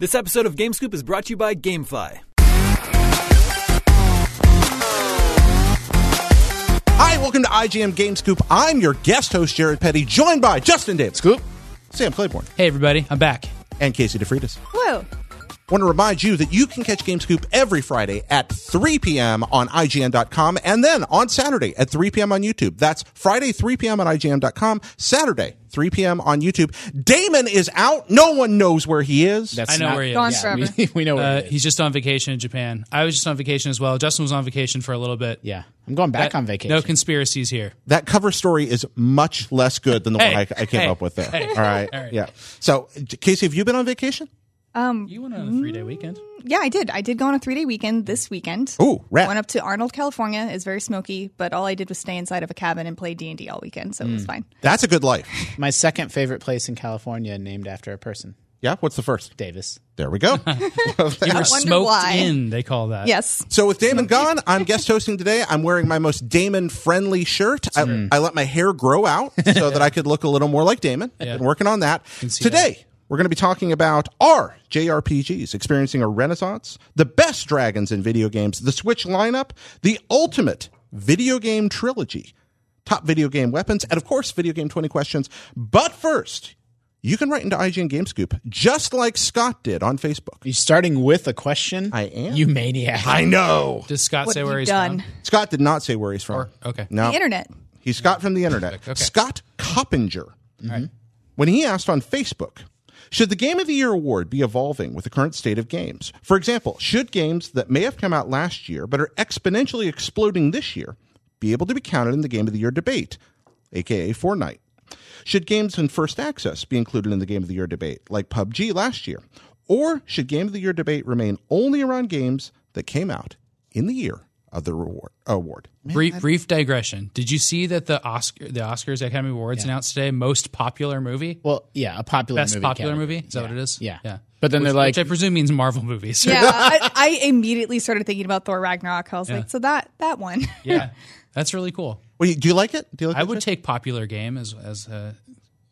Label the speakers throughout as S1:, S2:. S1: This episode of Game Scoop is brought to you by GameFly.
S2: Hi, welcome to IGM Game Scoop. I'm your guest host, Jared Petty, joined by Justin Davis,
S3: Scoop.
S2: Sam Claiborne,
S3: Hey, everybody, I'm back.
S2: and Casey DeFritis.
S4: Whoa.
S2: want to remind you that you can catch Game Scoop every Friday at 3 p.m. on IGN.com and then on Saturday at 3 p.m. on YouTube. That's Friday, 3 p.m. on IGN.com, Saturday, 3 p.m. on YouTube. Damon is out. No one knows where he is.
S3: I know
S5: not-
S3: where he is.
S4: Gone forever.
S5: We, we know where
S3: Uh,
S5: it is.
S3: he's just on vacation in Japan. I was just on vacation as well. Justin was on vacation for a little bit.
S5: Yeah, I'm going back
S3: That-
S5: on vacation.
S3: No conspiracies here.
S2: that cover story is much less good than the
S3: Hey,
S2: one I, I came
S3: hey,
S2: up with there.
S3: hey.
S2: All, right.
S3: All right.
S2: Yeah. So, Casey, have you been on vacation?
S3: You went on a three day weekend.
S4: Yeah, I did. I did go on a three day weekend this weekend.
S2: Ooh, rad.
S4: Went up to Arnold, California. It's very smoky, but all I did was stay inside of a cabin and play D and D all weekend, so it
S3: Hmm.
S4: was fine.
S2: That's a good life.
S5: My second favorite place in California, named after a person,
S2: Yeah. What's the first?
S5: Davis.
S2: There we go.
S3: You were
S4: wonder
S3: smoked
S4: why.
S3: in, they call that.
S4: Yes.
S2: So with Damon gone, I'm guest hosting today. I'm wearing my most Damon friendly shirt. I,
S5: Hmm.
S2: I let my hair grow out so that I could look a little more like Damon. I've been working on that. Today, we're going to be talking about our JRPGs experiencing a renaissance, the best dragons in video games, the Switch lineup, the ultimate video game trilogy, top video game weapons, and of course, video game 20 questions. But first, you can write into IGN Game Scoop just like Scott did on Facebook.
S5: You starting with a question?
S2: I am.
S5: You maniac.
S2: I know.
S3: Does Scott
S4: What
S3: say
S4: have
S3: where
S4: you
S3: he's
S4: done?
S3: from?
S2: Scott did not say where he's from.
S3: okay.
S2: No.
S4: The internet.
S2: He's Scott from the internet. Scott Coppinger. When he asked on Facebook, should the Game of the Year award be evolving with the current state of games? For example, should games that may have come out last year but are exponentially exploding this year be able to be counted in the Game of the Year debate, aka Fortnite? Should games in first access be included in the Game of the Year debate, like PUBG last year? Or should Game of the Year debate remain only around games that came out in the year of the reward, award?
S3: Brief, brief digression. Did you see that the Oscar, the Oscars the Academy Awards announced today most popular movie,
S5: Well, yeah, a popular
S3: best
S5: movie
S3: popular
S5: category.
S3: movie? Is that what it is?
S5: Yeah.
S3: yeah.
S5: But then
S3: Which-
S5: they're like-
S3: which I presume means Marvel movies.
S4: Yeah. I, I immediately started thinking about Thor Ragnarok. I was like, so that that one.
S3: yeah, that's really cool.
S2: Wait, do you like it? Do you like
S3: I
S2: it,
S3: would
S2: Trish?
S3: take popular game as as a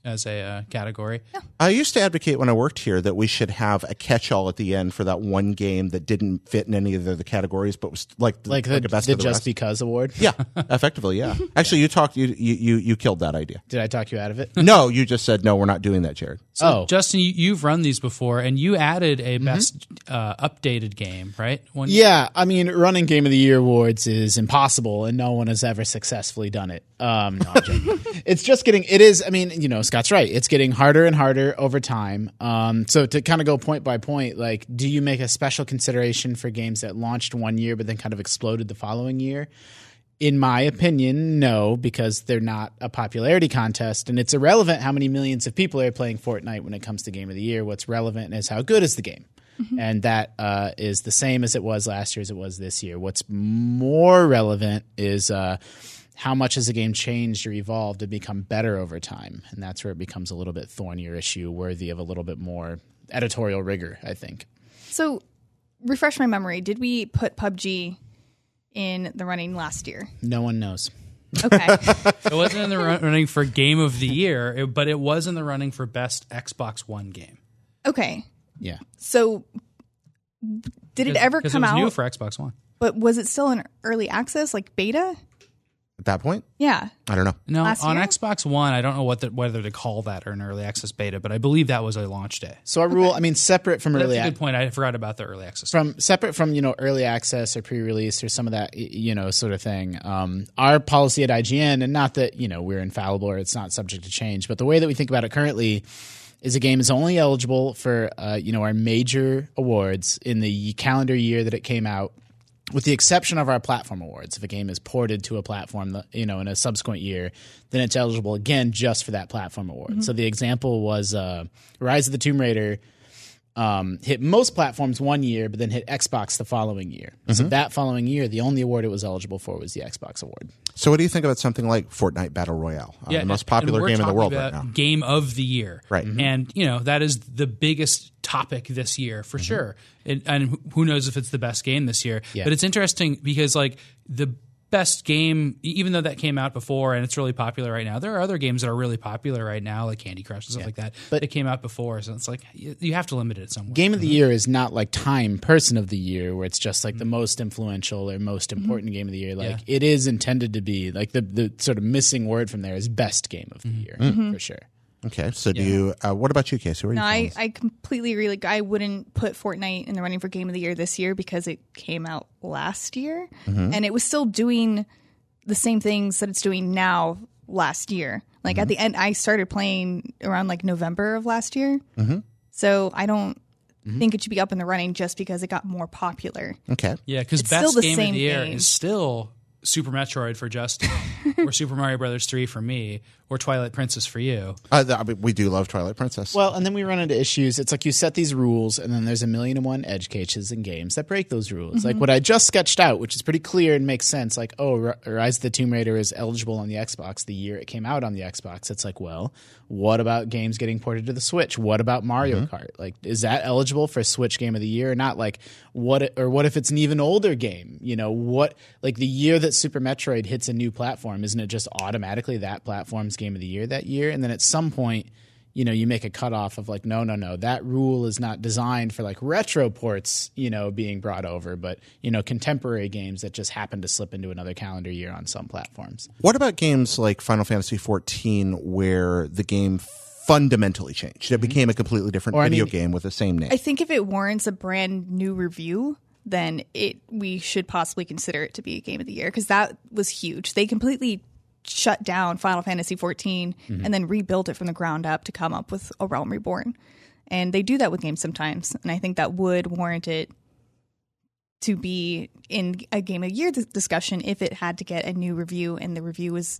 S3: as a uh, category.
S2: I used to advocate when I worked here that we should have a catch-all at the end for that one game that didn't fit in any of the other categories, but was like the,
S5: Like the,
S2: a best
S5: the
S2: of the
S5: Just
S2: rest.
S5: Because award.
S2: yeah, effectively, yeah. Actually, you talked, you, you you you killed that idea.
S5: Did I talk you out of it?
S2: No, you just said no. We're not doing that, Jared.
S5: oh, Mm-hmm.
S3: Justin, you, you've run these before, and you added a best uh, updated game, right? One,
S5: yeah. I mean, running Game of the Year awards is impossible, and no one has ever successfully done it. Um, no, I'm joking. it's just getting. It is. I mean, you know, Scott's right. It's getting harder and harder over time. Um, so to kind of go point by point, like, do you make a special consideration for games that launched one year but then kind of exploded the following year? In my opinion, no, because they're not a popularity contest, and it's irrelevant how many millions of people are playing Fortnite when it comes to Game of the Year. What's relevant is how good is the game,
S3: Mm-hmm.
S5: and that uh, is the same as it was last year as it was this year. What's more relevant is uh, how much has the game changed or evolved to become better over time, and that's where it becomes a little bit thornier issue, worthy of a little bit more editorial rigor, I think.
S4: So refresh my memory. Did we put PUBG in the running last year?
S5: No one knows.
S4: Okay.
S3: it wasn't in the run- running for game of the year, it- but it was in the running for best Xbox One game.
S4: okay.
S5: Yeah,
S4: So did it ever
S3: 'Cause
S4: come
S3: it was
S4: out?
S3: New for Xbox One.
S4: but was it still in early access, like beta?
S2: At that point,
S4: Yeah.
S2: I don't know.
S3: No,
S4: Last
S3: on
S4: year?
S3: Xbox One, I don't know what the, whether to call that or an early access beta, but I believe that was a launch day.
S5: so I rule. I mean, separate from
S3: That's
S5: early
S3: a
S5: ac-
S3: good point. I forgot about the early access.
S5: from separate from you know early access or pre-release or some of that y- you know sort of thing um, our policy at ign and not that you know we're infallible or it's not subject to change but the way that we think about it currently is a game is only eligible for uh, you know our major awards in the calendar year that it came out with the exception of our platform awards if a game is ported to a platform that, you know in a subsequent year then it's eligible again just for that platform award so the example was uh, rise of the tomb raider um, hit most platforms one year, but then hit Xbox the following year. So that following year, the only award it was eligible for was the Xbox award.
S2: So, what do you think about something like Fortnite Battle Royale, uh, the most
S3: and- and
S2: popular
S3: we're
S2: game in the
S3: talking
S2: world right
S3: about
S2: now?
S3: Game of the year,
S2: Right. Mhm.
S3: And you know that is the biggest topic this year
S2: Mm-hmm.
S3: for sure. And, and who knows if it's the best game this year? But it's interesting because like the best game, e- even though that came out before and it's really popular right now. There are other games that are really popular right now, like Candy Crush and stuff like that,
S5: But-
S3: that came out before. So it's like you, you have to limit it somewhere.
S5: Game of the year is not like time person of the year where it's just like the most influential or most important game of the year. Like it is intended to be like the the sort of missing word from there is best game of the year for sure.
S2: Okay. So do you? Uh, what about you, Casey? Where are
S4: No,
S2: you falling?
S4: I, I completely agree. Like, I wouldn't put Fortnite in the running for Game of the Year this year because it came out last year and it was still doing the same things that it's doing now last year. Like, at the end, I started playing around like November of last year. So I don't think it should be up in the running just because it got more popular.
S2: okay.
S3: Yeah, because
S4: It's still
S3: best
S4: the
S3: game of
S4: same
S3: the year
S4: game.
S3: is still Super Metroid for Justin, or Super Mario Brothers three for me, or Twilight Princess for you.
S2: Uh, th- I mean, we do love Twilight Princess.
S5: Well, and then we run into issues. It's like you set these rules, and then there's a million and one edge cases and games that break those rules. Like what I just sketched out, which is pretty clear and makes sense. Like, oh, R- Rise of the Tomb Raider is eligible on the Xbox the year it came out on the Xbox. It's like, well, what about games getting ported to the Switch? What about Mario Kart? Like, is that eligible for Switch Game of the Year or not? Like, what or what if it's an even older game? You know, what like the year that Super Metroid hits a new platform, isn't it just automatically that platform's Game of the Year that year? And then at some point you know, you make a cutoff of like, no, no, no, that rule is not designed for like retro ports, you know, being brought over, but, you know, contemporary games that just happen to slip into another calendar year on some platforms.
S2: What about games like Final Fantasy XIV, where the game fundamentally changed? It became a completely different
S5: Mm-hmm. Or, I
S2: video
S5: mean-
S2: game with the same name.
S4: I think if it warrants a brand new review, then it we should possibly consider it to be a game of the year because that was huge. They completely shut down Final Fantasy 14 and then rebuilt it from the ground up to come up with A Realm Reborn. And they do that with games sometimes, and I think that would warrant it to be in a game of year dis- discussion if it had to get a new review and the review was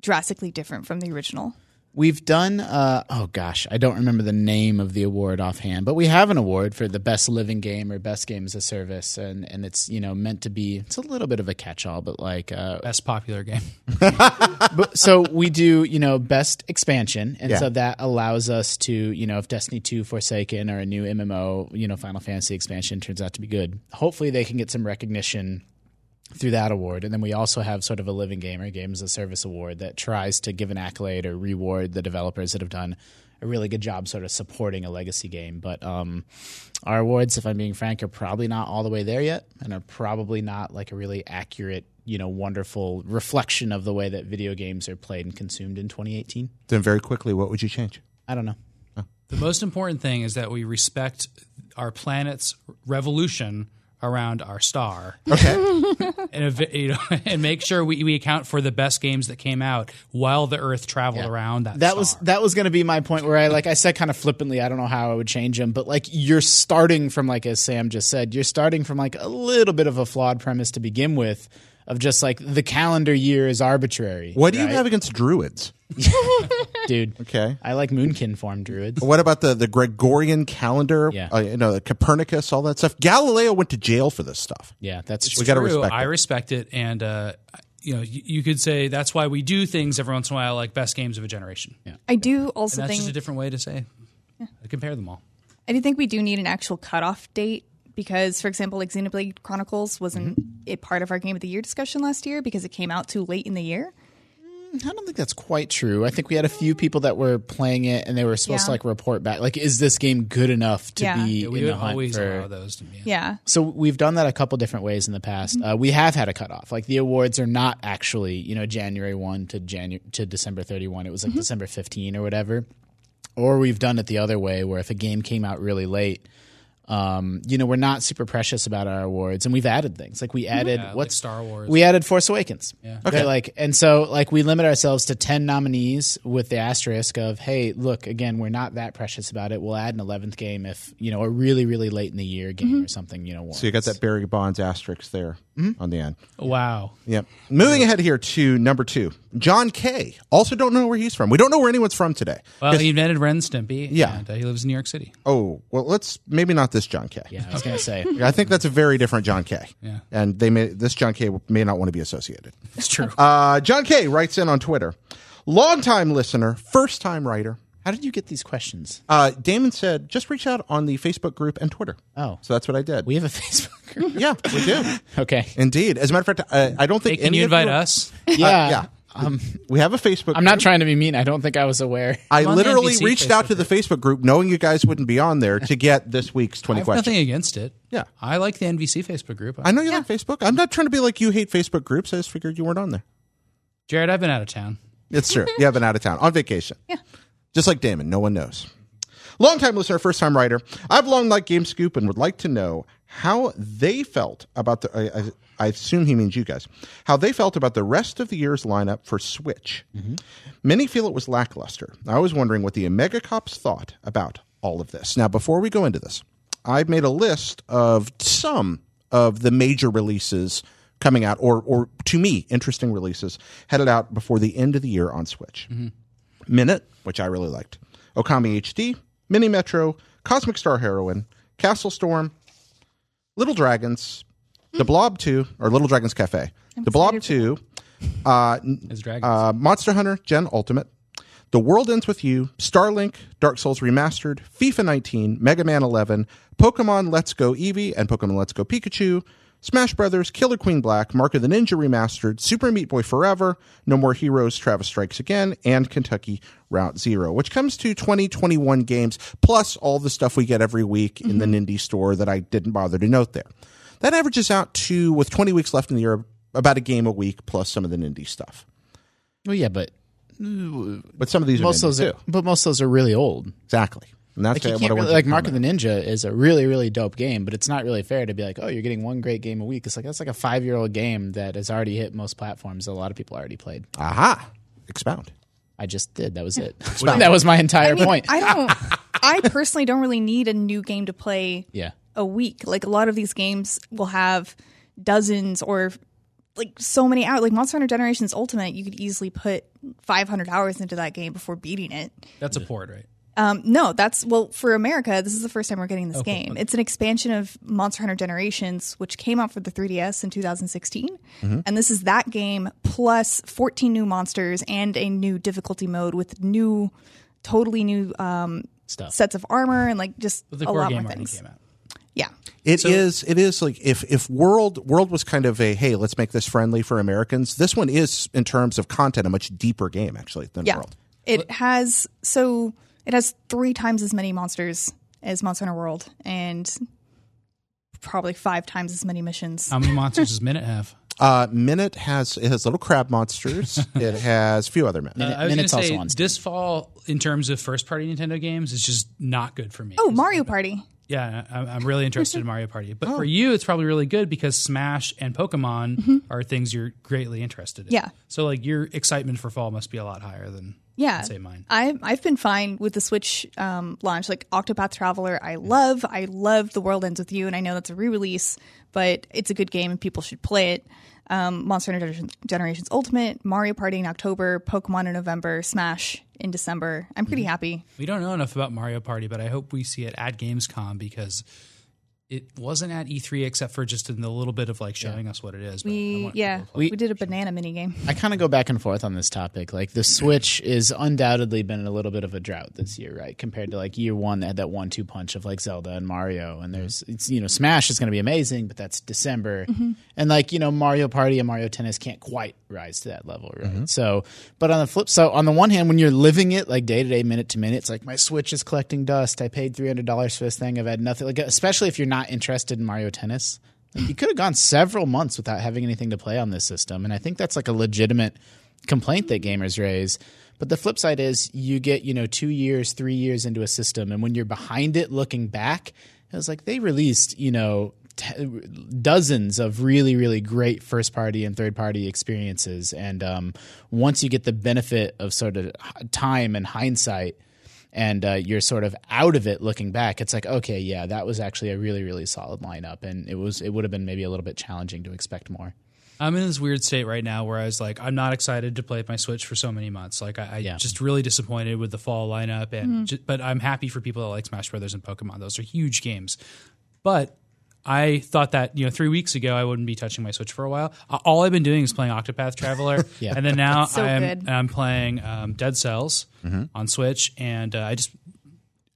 S4: drastically different from the original.
S5: We've done, uh, oh gosh, I don't remember the name of the award offhand, but we have an award for the best living game or best game as a service. And, and it's, you know, meant to be, it's a little bit of a catch all, but like, uh,
S3: Best popular game.
S5: but so we do, you know, best expansion, and
S2: Yeah.
S5: so that allows us to, you know, if Destiny Two, Forsaken, or a new MMO, you know, Final Fantasy expansion turns out to be good, hopefully they can get some recognition through that award, and then we also have sort of a living game or game as a service award that tries to give an accolade or reward the developers that have done a really good job sort of supporting a legacy game but um, our awards if i'm being frank are probably not all the way there yet and are probably not like a really accurate you know wonderful reflection of the way that video games are played and consumed in 2018
S2: then very quickly, what would you change?
S5: i don't know
S3: The most important thing is that we respect our planet's revolution around our star.
S2: Okay.
S3: and, ev- you know, and make sure we, we account for the best games that came out while the Earth traveled around that.
S5: that
S3: star.
S5: was that was going to be my point where I like I said kind of flippantly I don't know how I would change him but like you're starting from like as Sam just said you're starting from like a little bit of a flawed premise to begin with of just like the calendar year is arbitrary
S2: what do you have against druids?
S5: dude
S2: Okay.
S5: I like moonkin form druids
S2: What about the, the Gregorian calendar?
S5: Yeah.
S2: Uh, you know, Copernicus, all that stuff. Galileo went to jail for this stuff.
S5: yeah that's
S3: It's
S5: true.
S2: gotta
S3: true.
S2: respect
S3: I
S2: it.
S3: respect it, and uh, you know, you, you could say that's why we do things every once in a while, like best games of a generation. Yeah,
S4: I do also
S3: that's
S4: think
S3: just a different way to say compare them all.
S4: I do think we do need an actual cutoff date because, for example, like Xenoblade Chronicles wasn't
S5: Mm-hmm.
S4: it part of our Game of the Year discussion last year because it came out too late in the year.
S5: I don't think that's quite true I think we had a few people that were playing it and they were supposed to
S4: Yeah.
S5: like report back like is this game good enough to
S4: Yeah.
S5: be
S4: Yeah,
S3: We
S5: in
S3: would
S5: the hunt
S3: always
S5: for
S3: allow those to be. uh,
S4: Yeah,
S5: So we've done that a couple different ways in the past. Uh, we have had a cutoff. Like the awards are not actually, you know, January one to January to December thirty one. It was like December fifteen or whatever. Or we've done it the other way, where if a game came out really late, um, you know, we're not super precious about our awards, and we've added things. Like we added
S3: like
S5: what's
S3: Star Wars.
S5: We added Force Awakens. Yeah. Okay. Like and so like we limit ourselves to ten nominees with the asterisk of hey look again we're not that precious about it. We'll add an eleventh game if you know a really really late in the year game or something Mm-hmm. you know.
S2: So you got that Barry Bonds asterisk there
S5: Mm-hmm.
S2: on the end.
S3: Wow.
S2: Yep. Moving ahead here to number two, John Kay. Also, don't know where he's from. We don't know where anyone's from today.
S3: Well, he invented Ren and Stimpy.
S2: Yeah.
S3: and, uh, he lives in New York City.
S2: Oh, well, let's maybe not this John Kay.
S5: Yeah, I was gonna say
S2: I think that's a very different John Kay.
S3: Yeah.
S2: And they may this John Kay may not want to be associated.
S3: It's true.
S2: Uh, John Kay writes in on Twitter, longtime listener, first time writer.
S5: How did you get these questions?
S2: Uh, Damon said, just reach out on the Facebook group and Twitter.
S5: Oh.
S2: So that's what I did.
S5: We have a Facebook group.
S2: yeah, we do.
S5: Okay.
S2: Indeed. As a matter of fact, I, I don't
S3: Hey,
S2: think
S3: can
S2: any
S3: you
S2: of Uh,
S3: invite us?
S5: uh,
S3: Um,
S5: Yeah.
S2: Yeah. we have a Facebook
S5: I'm not trying to be mean. I don't think I was aware.
S2: I
S3: I'm on the
S2: literally
S3: NBC
S2: reached out
S3: Facebook
S2: to the Facebook group knowing you guys wouldn't be on there to get this week's 20
S3: I have
S2: questions.
S3: nothing against it.
S2: Yeah.
S3: I like the NVC Facebook group.
S2: I know you like Facebook. I'm not trying to be like you hate Facebook groups. I just figured you weren't on there.
S3: Jared, I've been out of town.
S2: It's true. you have been out of town on vacation. Yeah. Just like Damon, no one knows. Longtime listener, first time writer. I've long liked Game Scoop and would like to know how they felt about the. I, I, I assume he means you guys. How they felt about the rest of the year's lineup for Switch. Many feel it was lackluster. I was wondering what the Omega Cops thought about all of this. Now, before we go into this, I've made a list of some of the major releases coming out, or, or to me, interesting releases headed out before the end of the year on Switch. Minute, which I really liked, Okami HD, Mini Metro, Cosmic Star Heroine, Castle Storm, Little Dragons, The Blob 2, or Little Dragons Cafe, The Blob 2, uh, n-
S3: As Dragon.
S2: uh, Monster Hunter Gen Ultimate, The World Ends With You, Starlink, Dark Souls Remastered, FIFA 19, Mega Man 11, Pokemon Let's Go Eevee and Pokemon Let's Go Pikachu, Smash Brothers, Killer Queen Black, Mark of the Ninja Remastered, Super Meat Boy Forever, No More Heroes, Travis Strikes Again, and Kentucky Route Zero, which comes to 2021 games, plus all the stuff we get every week in the Nindy store that I didn't bother to note there. That averages out to, with 20 weeks left in the year, about a game a week plus some of the Nindy stuff.
S5: Well, yeah, but
S2: But some of these
S5: most
S2: are new,
S5: of those are,
S2: too.
S5: but most of those are really old.
S2: Exactly. And that's
S5: Like, you
S2: what I
S5: can't
S2: wanted
S5: really-
S2: to
S5: like Mark of
S2: comment.
S5: the Ninja is a really really dope game, but it's not really fair to be like, oh, you're getting one great game a week. It's like that's like a five year old game that has already hit most platforms. That a lot of people already played.
S2: Aha. Expound.
S5: I just did. That was it. that was my entire
S4: I mean,
S5: point.
S4: I don't. I personally don't really need a new game to play
S5: yeah.
S4: a week. Like a lot of these games will have dozens or like so many out. Like Monster Hunter Generations Ultimate, you could easily put 500 hours into that game before beating it.
S3: That's a port, right?
S4: Um, no, that's well for America. This is the first time we're getting this game. It's an expansion of Monster Hunter Generations, which came out for the 3DS in 2016, and this is that game plus 14 new monsters and a new difficulty mode with new, totally new um,
S5: Stuff.
S4: sets of armor and like just
S3: But the
S4: a
S3: core
S4: lot
S3: game
S4: more
S3: already
S4: things.
S3: came out.
S4: Yeah,
S2: It is. It is like if if world world was kind of a hey, let's make this friendly for Americans. This one is in terms of content a much deeper game actually than
S4: yeah.
S2: world.
S4: It has so it has three times as many monsters as Monster Hunter World, and probably five times as many missions.
S3: How many monsters does Minute have?
S2: Uh, Minute has it has little crab monsters. it has a few other men.
S3: Uh, I was going to
S5: Minute's also
S3: say
S5: on Steam.
S3: this fall, in terms of first-party Nintendo games, is just not good for me.
S4: oh, Mario Party.
S3: Yeah, I- I'm really interested in Mario Party.
S4: Oh.
S3: But for you, it's probably really good because Smash and Pokemon are things you're greatly interested in.
S4: Mm-hmm. Yeah.
S3: So like your excitement for fall must be a lot higher than
S4: Yeah,
S3: say mine.
S4: I I've been fine with the Switch um, launch. Like Octopath Traveler, I love. I love The World Ends with You, and I know that's a re-release, but it's a good game and people should play it. Um, Monster Hunter Generations, Generations Ultimate, Mario Party in October, Pokemon in November, Smash in December. I'm
S3: Mm-hmm.
S4: pretty happy.
S3: We don't know enough about Mario Party, but I hope we see it at Gamescom because it wasn't at E3 except for just in the little bit of like showing us what it is. But I
S4: We
S3: want
S4: yeah,
S3: people to play.
S4: we, did a banana mini game.
S5: I kind of go back and forth on this topic. Like the Switch is undoubtedly been in a little bit of a drought this year, right? Compared to like year one, they had that one-two punch of like Zelda and Mario, and there's it's you know Smash is going to be amazing, but that's December, and like you know Mario Party and Mario Tennis can't quite rise to that level, right? So, but on the flip, so on the one hand, when you're living it like day to day, minute to minute, it's like my Switch is collecting dust. I paid three hundred dollars for this thing. I've had nothing. Like especially if you're not interested in Mario Tennis, like, you could have gone several months without having anything to play on this system. And I think that's like a legitimate complaint that gamers raise. But the flip side is you get, you know, two years, three years into a system. And when you're behind it looking back, it was like they released, you know, t- dozens of really, really great first party and third party experiences. And um, once you get the benefit of sort of h- time and hindsight, and uh, you're sort of out of it looking back it's like okay yeah that was actually a really really solid lineup and it was it would have been maybe a little bit challenging to expect more
S3: I'm in this weird state right now where I was like, I'm not excited to play my Switch for so many months. Like, I, I just really disappointed with the fall
S4: Mm-hmm.
S3: lineup, and ju- but I'm happy for people that like Smash Brothers and Pokemon. Those are huge games, but I thought that you know three weeks ago I wouldn't be touching my Switch for a while. Uh, All I've been doing is playing Octopath Traveler,
S5: Yeah.
S3: and then now
S4: So
S3: I'm
S4: good.
S3: I'm playing um, Dead Cells on Switch, and uh, I just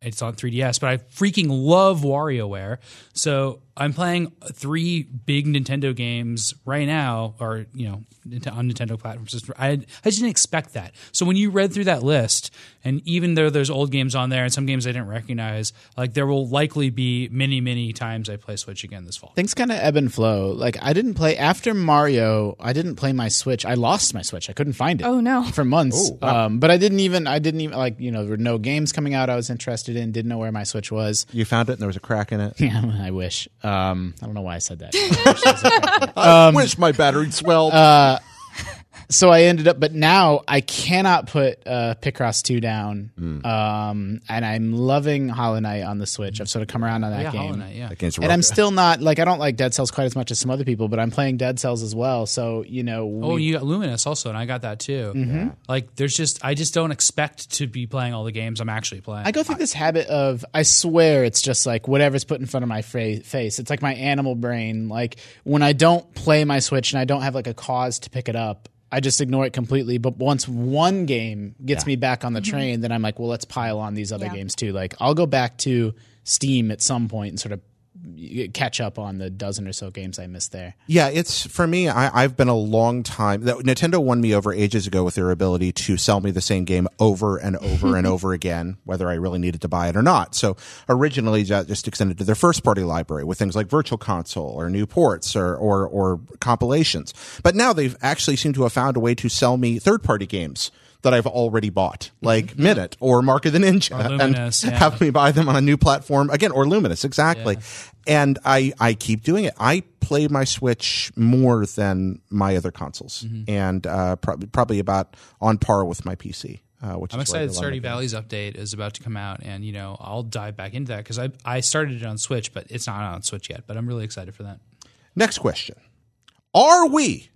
S3: it's on 3DS, but I freaking love WarioWare. So I'm playing three big Nintendo games right now, or you know, Nint- on Nintendo platforms. Just- I I just didn't expect that. So when you read through that list, and even though there's old games on there and some games I didn't recognize, like there will likely be many, many times I play Switch again this fall.
S5: Things kind of ebb and flow. Like I didn't play after Mario. I didn't play my Switch. I lost my Switch. I couldn't find it.
S4: Oh, no.
S5: For months. um, but I didn't even. I didn't even like. You know, there were no games coming out. I was interested in. Didn't know where my Switch was.
S2: You found it and there was a crack in it.
S5: Yeah, I wish. Um, I don't know why I said that.
S2: I wish my battery swelled.
S5: so I ended up, but now I cannot put uh, Picross two down. Um, and I'm loving Hollow Knight on the Switch. I've sort of come around on that
S3: yeah,
S5: game.
S3: Hollow Knight, yeah.
S2: Against
S5: And I'm still not like I don't like Dead Cells quite as much as some other people, but I'm playing Dead Cells as well. So you know, we,
S3: Oh, you got Luminous also, and I got that too. Like, there's just I just don't expect to be playing all the games I'm actually playing.
S5: I go through this habit of I swear it's just like whatever's put in front of my fra- face. It's like my animal brain. Like when I don't play my Switch and I don't have like a cause to pick it up, I just ignore it completely. But once one game gets me back on the train, then I'm like, well, let's pile on these other
S4: Yeah.
S5: games too. Like I'll go back to Steam at some point and sort of y- catch up on the dozen or so games I missed there.
S2: Yeah, it's for me. I, I've been a long time. that- Nintendo won me over ages ago with their ability to sell me the same game over and over and over again, whether I really needed to buy it or not. So originally, that just extended to their first party library with things like Virtual Console or new ports or or, or compilations. But now they've actually seemed to have found a way to sell me third party games that I've already bought, like Minute or Mark of the Ninja,
S3: Luminous,
S2: and
S3: yeah.
S2: have me buy them on a new platform again or Luminous exactly. And I I keep doing it. I play my Switch more than my other consoles,
S3: Mm-hmm.
S2: and uh, probably probably about on par with my PC. Uh, which
S3: I'm
S2: is where I do a lot
S3: excited.
S2: of
S3: Stardew
S2: my-
S3: Valley's update is about to come out, and you know I'll dive back into that because I I started it on Switch, but it's not on Switch yet. But I'm really excited for that.
S2: Next question: Are we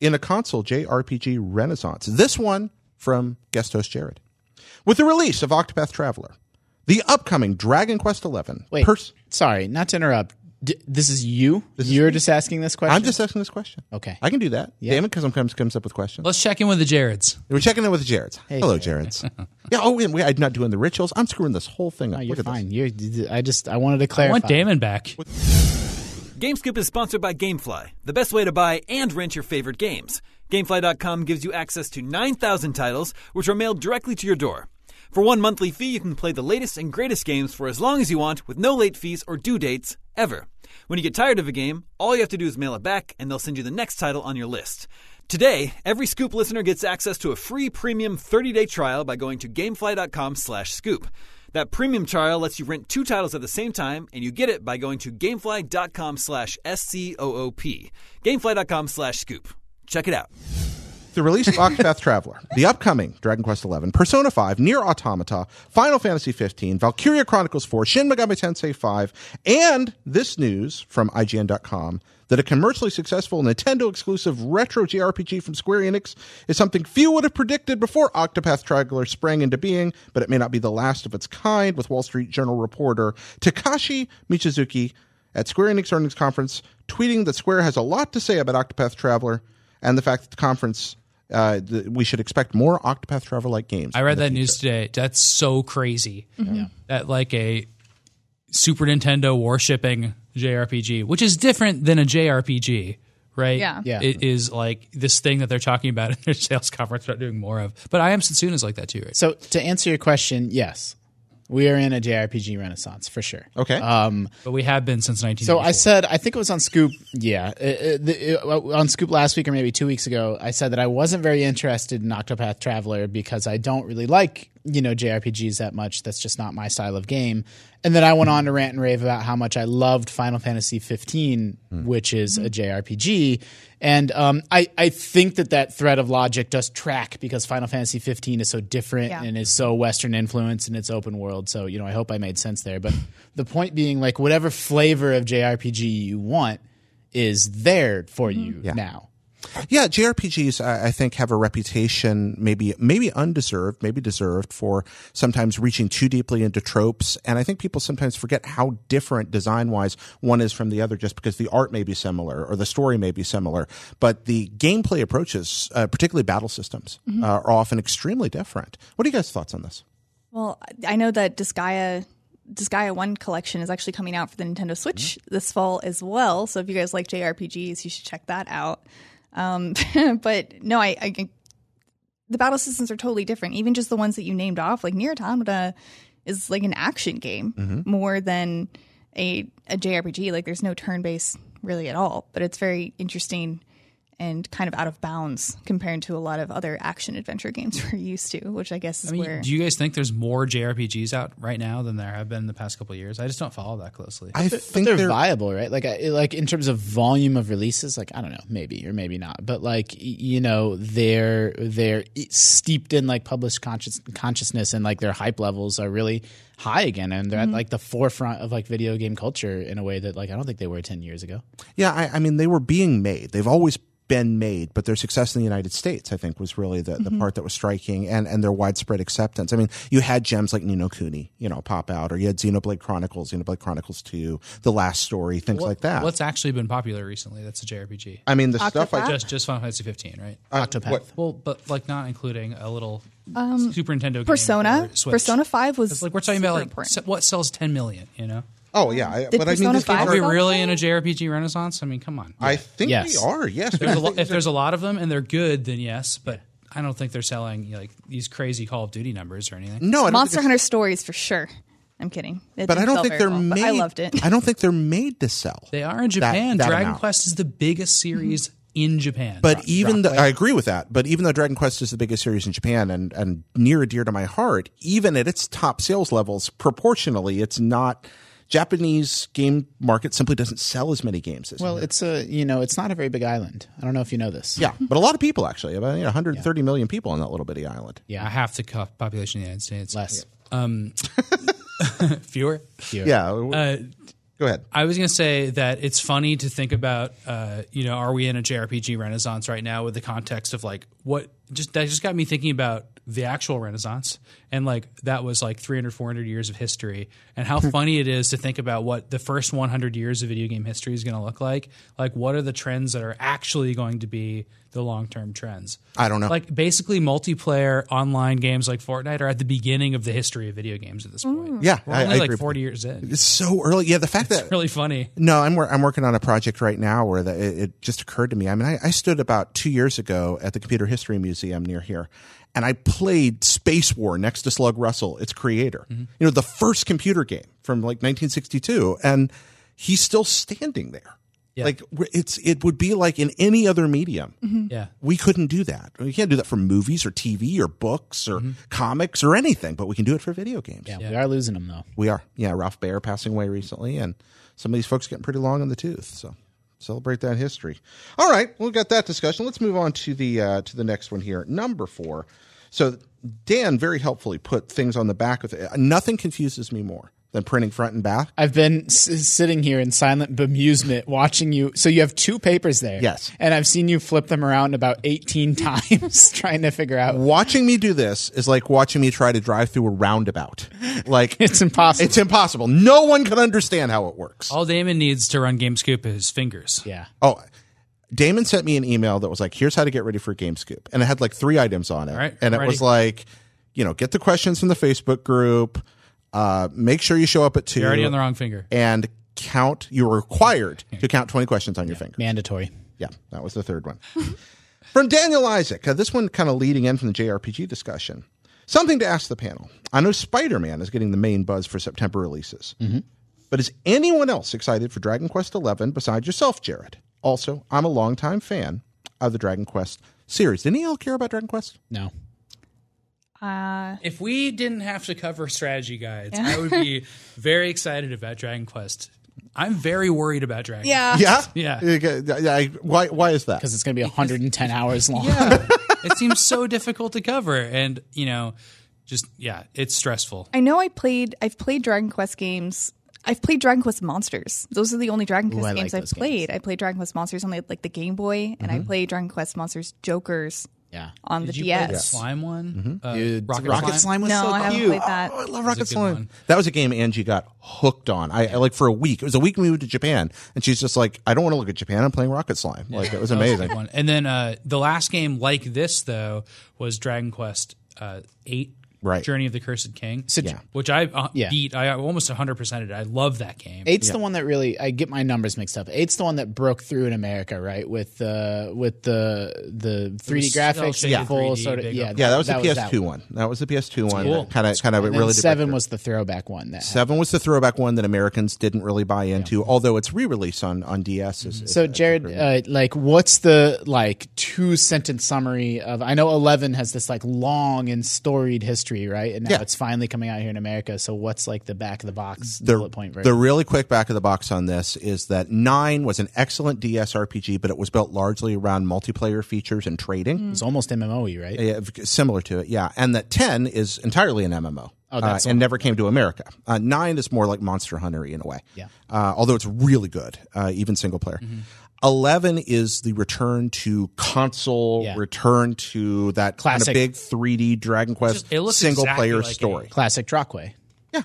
S2: in a console JRPG renaissance? This one from guest host Jared. With the release of Octopath Traveler, the upcoming Dragon Quest XI.
S5: Wait,
S2: pers-
S5: sorry, not to interrupt. D- this is you. You're just asking this question.
S2: I'm just asking this question.
S5: Okay.
S2: I can do that. Damon comes comes comes up with questions.
S3: Let's check in with the Jareds.
S2: We're checking in with the Jareds. Hello, Jareds. yeah. Oh, wait, wait, I'm not doing the rituals. I'm screwing this whole thing up.
S5: No,
S2: Look
S5: Oh, you're
S2: at this.
S5: fine. You're. I just. I wanted to
S3: I
S5: clarify.
S3: want Damon back.
S1: GameScoop is sponsored by GameFly, the best way to buy and rent your favorite games. GameFly.com gives you access to 9,000 titles, which are mailed directly to your door. For one monthly fee, you can play the latest and greatest games for as long as you want with no late fees or due dates ever. When you get tired of a game, all you have to do is mail it back, and they'll send you the next title on your list. Today, every Scoop listener gets access to a free premium 30-day trial by going to gamefly.com/scoop. That premium trial lets you rent two titles at the same time, and you get it by going to gamefly.com slash S-C-O-O-P. Gamefly.com slash scoop. Check it out.
S2: The release of Octopath Traveler, the upcoming Dragon Quest XI, Persona 5, Near Automata, Final Fantasy 15, Valkyria Chronicles 4, Shin Megami Tensei 5, and this news from IGN.com that a commercially successful Nintendo exclusive retro JRPG from Square Enix is something few would have predicted before Octopath Traveler sprang into being, but it may not be the last of its kind, with Wall Street Journal reporter Takashi Michizuki at Square Enix earnings conference tweeting that Square has a lot to say about Octopath Traveler and the fact that the conference uh, th- we should expect more Octopath Traveler like games.
S3: I read that news today. That's so crazy. That like a Super Nintendo worshipping JRPG, which is different than a JRPG, right?
S4: Yeah.
S5: Yeah.
S3: It is like this thing that they're talking about in their sales conference about doing more of. But I am Setsuna's like that too, right?
S5: So to answer your question, yes, we are in a JRPG renaissance for sure.
S2: Okay.
S3: But we have been since 19.
S5: So I said, I think it was on Scoop. Yeah, uh, uh, the, uh, on Scoop last week or maybe two weeks ago, I said that I wasn't very interested in Octopath Traveler because I don't really like you know JRPGs that much. That's just not my style of game. And then I went on to rant and rave about how much I loved Final Fantasy 15, which is a JRPG. And um, I I think that that thread of logic does track because Final Fantasy 15 is so different
S4: Yeah.
S5: and and is so Western influenced and it's open world. So, you know, I hope I made sense there. But the point being, like, whatever flavor of JRPG you want is there for you now.
S2: Yeah, JRPGs I, I think have a reputation, maybe maybe undeserved, maybe deserved, for sometimes reaching too deeply into tropes, and I think people sometimes forget how different design wise one is from the other, just because the art may be similar or the story may be similar, but the gameplay approaches, uh, particularly battle systems, uh, are often extremely different. What are you guys' thoughts on this?
S4: Well, I know that Disgaea Disgaea 1 collection is actually coming out for the Nintendo Switch
S3: Mm-hmm.
S4: this fall as well. So if you guys like JRPGs, you should check that out. Um, but no, I, I the battle systems are totally different. Even just the ones that you named off, like Nier Automata is like an action game
S3: Mm-hmm.
S4: more than a, a JRPG. Like there's no turn based really at all, but it's very interesting and kind of out of bounds compared to a lot of other action adventure games we're used to, which I guess is
S3: I mean,
S4: where
S3: do you guys think there's more JRPGs out right now than there have been in the past couple of years? I just don't follow that closely.
S2: I
S5: But
S2: think
S5: they're,
S2: they're
S5: viable, right? Like, I, like in terms of volume of releases, like I don't know, maybe or maybe not, but like y- you know, they're they're e, steeped in like published conscious, consciousness, and like their hype levels are really high again, and they're at like the forefront of like video game culture in a way that like I don't think they were ten years ago.
S2: Yeah, I, I mean, they were being made. They've always been made, but their success in the United States, I think, was really the, the part that was striking and, and their widespread acceptance. I mean, you had gems like Nino Cooney, you know, pop out, or you had Xenoblade Chronicles, Xenoblade Chronicles 2, The Last Story, things like that.
S3: What's actually been popular recently? That's a JRPG.
S2: I mean, the stuff I
S4: Octopath?
S3: Just just Final Fantasy 15, right?
S5: Octopath.
S2: what-
S3: well, but like not including a little Super Nintendo game
S4: Um, Persona
S3: or Switch.
S4: Persona 5 was
S3: It's like we're talking about
S4: super
S3: like
S4: important.
S3: se- what sells 10 million. You know,
S2: Oh, yeah. I,
S4: Did
S2: but I mean,
S4: Persona
S2: these games
S4: five
S3: are we
S4: sell
S2: are,
S3: really in a JRPG renaissance? I mean, come on.
S2: I think
S5: Yes.
S2: we are, yes.
S3: There's a lo- if there's a lot of them and they're good, then yes. But I don't think they're selling like these crazy Call of Duty numbers or anything.
S2: no, Oh, I don't
S4: Monster
S2: think
S4: Hunter Stories for sure. I'm kidding. It
S2: But I
S4: didn't
S2: don't
S4: sell
S2: think
S4: very
S2: they're
S4: well, but
S2: made.
S4: I loved it.
S2: I don't think they're made to sell.
S3: They are in
S2: that-
S3: Japan.
S2: that
S3: Dragon
S2: amount. Mm-hmm.
S3: Quest is the biggest series in Japan.
S2: But even though I agree with that, but even though Dragon Quest is the biggest series in Japan and and near and dear to my heart, even at its top sales levels, proportionally, it's not. Japanese game market simply doesn't sell as many games as
S5: Well, it's a you know, it's not a very big island. I don't know if you know this.
S2: yeah, but a lot of people actually about you know, 130 million people on that little bitty island.
S3: yeah, half the co- population of the United States
S5: less.
S3: Yeah. fewer.
S2: Yeah,
S3: Uh,
S2: go ahead.
S3: I was going to say that it's funny to think about, uh, you know, are we in a JRPG renaissance right now with the context of like what just that just got me thinking about the actual renaissance and like that was like 300, 400 years of history and
S2: Hmm.
S3: how funny it is to think about what the first 100 years of video game history is going to look like. Like, what are the trends that are actually going to be the long term trends?
S2: I don't know.
S3: Like, basically, multiplayer online games like Fortnite are at the beginning of the history of video games at this point.
S2: Mm. Yeah,
S3: We're
S2: I-
S3: only
S2: I agree
S3: like
S2: with
S3: 40 years in.
S2: It's so early. Yeah, the fact that
S3: Really funny.
S2: No, I'm wor- I'm working on a project right now where the, it, it just occurred to me. I mean, I, I stood about two years ago at the Computer History Museum near here, and I played Space War next to Slug Russell, its creator. You know, the first computer game from like 1962, and he's still standing there. Like we're- it's it would be like in any other medium.
S3: Yeah.
S2: We couldn't do that. We can't do that for movies or TV or books or comics or anything, but we can do it for video games.
S5: Yeah, we are losing them though.
S2: We are. Yeah, Ralph Baer passing away recently, and some of these folks getting pretty long in the tooth. So celebrate that history. All right, we've got that discussion. Let's move on to the uh, to the next one here, number four. So Dan very helpfully put things on the back of it. Nothing confuses me more than printing front and back.
S5: I've been s- sitting here in silent bemusement watching you. So you have two papers there.
S2: Yes.
S5: And I've seen you flip them around about 18 times trying to figure out.
S2: Watching me do this is like watching me try to drive through a roundabout. Like
S5: It's impossible.
S2: It's impossible. No one can understand how it works.
S3: All Damon needs to run GameScoop is his fingers.
S5: yeah.
S2: Oh, Damon sent me an email that was like, "Here's how to get ready for Game Scoop," and it had like three items on it,
S3: right,
S2: and it
S3: ready.
S2: was like, you know, get the questions from the Facebook group, uh, make sure you show up at 2
S3: You're already on the wrong finger.
S2: and count. You're required to count twenty questions on your finger.
S5: Mandatory.
S2: Yeah, that was the third one. from Daniel Isaac, uh, this one kind of leading in from the JRPG discussion. Something to ask the panel. I know Spider Man is getting the main buzz for September releases, but is anyone else excited for Dragon Quest XI besides yourself, Jared? Also, I'm a longtime fan of the Dragon Quest series. Did any of y'all care about Dragon Quest?
S5: No.
S3: If we didn't have to cover strategy guides, I would be very excited about Dragon Quest. I'm very worried about Dragon.
S4: yeah.
S2: Yeah,
S3: Yeah.
S2: Okay, yeah, I- Why? Why is that?
S5: Because it's going to be 110 hours long.
S3: Quest. it seems so difficult to cover, and you know, just yeah, it's stressful.
S4: I know I played I've played Dragon Quest games I've played Dragon Quest Monsters. Those are the only Dragon Quest
S5: I like
S4: games
S5: those Mm-hmm.
S4: I've played. I played Dragon Quest Monsters on the, like the Game Boy, and I played Dragon Quest Monsters Jokers
S5: Yeah.
S4: on
S3: Did
S4: the
S3: you play the
S4: DS.
S3: slime one? Uh,
S5: Dude,
S3: Rocket,
S5: Mm-hmm. Rocket,
S3: slime?
S5: Slime? was
S4: No,
S5: so
S4: I haven't
S5: cute.
S4: played that.
S2: Oh, I love Rocket
S3: good
S2: Slime.
S3: one.
S2: That was a game Angie got hooked on. I, I like for a week. It was a week we moved to Japan, and she's just like, I don't want to look at Japan. I'm playing Rocket Slime. Like it was
S3: That was a
S2: amazing.
S3: good one. And then uh, the last game like this though was Dragon Quest uh, Eight.
S2: Right.
S3: Journey of the Cursed King,
S2: Yeah.
S3: which I uh,
S5: Yeah.
S3: beat. I almost 100 percented it. I love that game.
S5: Eight's the one that really I get my numbers mixed up. Eight's the one that broke through in America, right? With the with the the three D graphics,
S3: cel-shaded
S5: the full
S3: 3D,
S5: sort of
S3: big
S5: yeah.
S3: old-
S2: yeah, that was the
S5: that
S2: PS2 one. That was the PS2 one.
S3: cool.
S2: Kind of, kind of. It
S5: And then
S2: really did break
S5: seven
S2: through.
S5: was the throwback one that. had-
S2: Seven was the throwback one that Americans didn't really buy into, although it's re-released on on DS. Is, is-
S5: So Jared, uh, like, what's the like two sentence summary of? I know Eleven has this like long and storied history, right? And now
S2: Yeah.
S5: it's finally coming out here in America. So what's like the back of the box
S2: the,
S5: bullet point
S2: the
S5: version?
S2: really quick back of the box on this is that nine was an excellent DS RPG, but it was built largely around multiplayer features and trading.
S5: It's almost MMOE, right?
S2: Yeah, v- similar to it, yeah. And that 10 is entirely an MMO
S5: Oh, that's
S2: uh,
S5: all.
S2: and never came to America. Uh, 9 is more like Monster Huntery in a way,
S5: Yeah. Mm-hmm.
S2: uh, although it's really good, uh, even single player. 11 is the return to console,
S5: Yeah.
S2: return to that
S5: Classic.
S2: kind of big 3D Dragon Quest
S3: it looks
S2: single
S3: exactly
S2: player
S3: like
S2: story.
S5: Classic Drockway.
S2: yeah.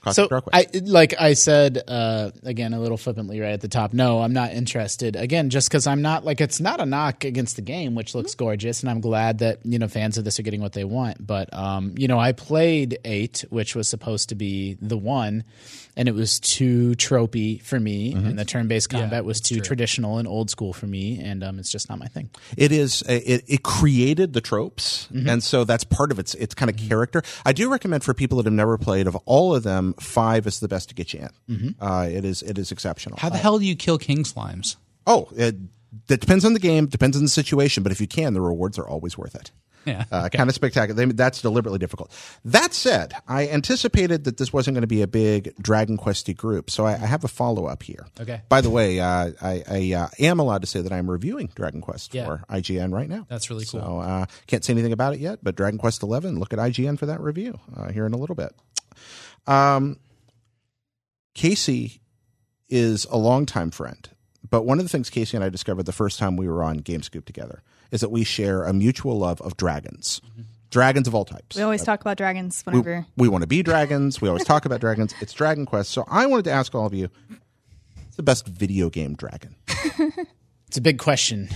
S2: Classic
S5: so
S2: Darkwave.
S5: I like I said uh, again a little flippantly right at the top. No, I'm not interested. Again, just because I'm not like it's not a knock against the game, which looks gorgeous, and I'm glad that you know fans of this are getting what they want. But um, you know, I played eight, which was supposed to be the one, and it was too tropey for me, and the turn-based combat was too traditional and old school for me, and um, it's just not my thing.
S2: it is uh, it, it created the tropes
S5: Mm-hmm.
S2: and so that's part of its its kind of character i do recommend for people that have never played of all of them five is the best to get you in
S5: Mm-hmm.
S2: uh, it is it is exceptional
S3: How the hell do you kill king slimes?
S2: oh it, that depends on the game depends on the situation but if you can the rewards are always worth it
S3: Yeah.
S2: uh, kind of spectacular. They, that's deliberately difficult. That said, I anticipated that this wasn't going to be a big Dragon Questy group, so I, I have a follow up here.
S3: Okay.
S2: By the way, uh, I, I uh, am allowed to say that I'm reviewing Dragon Quest
S3: Yeah.
S2: for IGN right now.
S3: That's really cool.
S2: So uh, can't say anything about it yet, but Dragon Quest Eleven. Look at IGN for that review uh, here in a little bit. Um, Casey is a longtime friend, but one of the things Casey and I discovered the first time we were on GameScoop together is that we share a mutual love of dragons, dragons of all types.
S4: We always talk about dragons whenever.
S2: We want to be dragons. We always talk about dragons. It's Dragon Quest. So I wanted to ask all of you, what's the best video game dragon?
S5: It's a big question.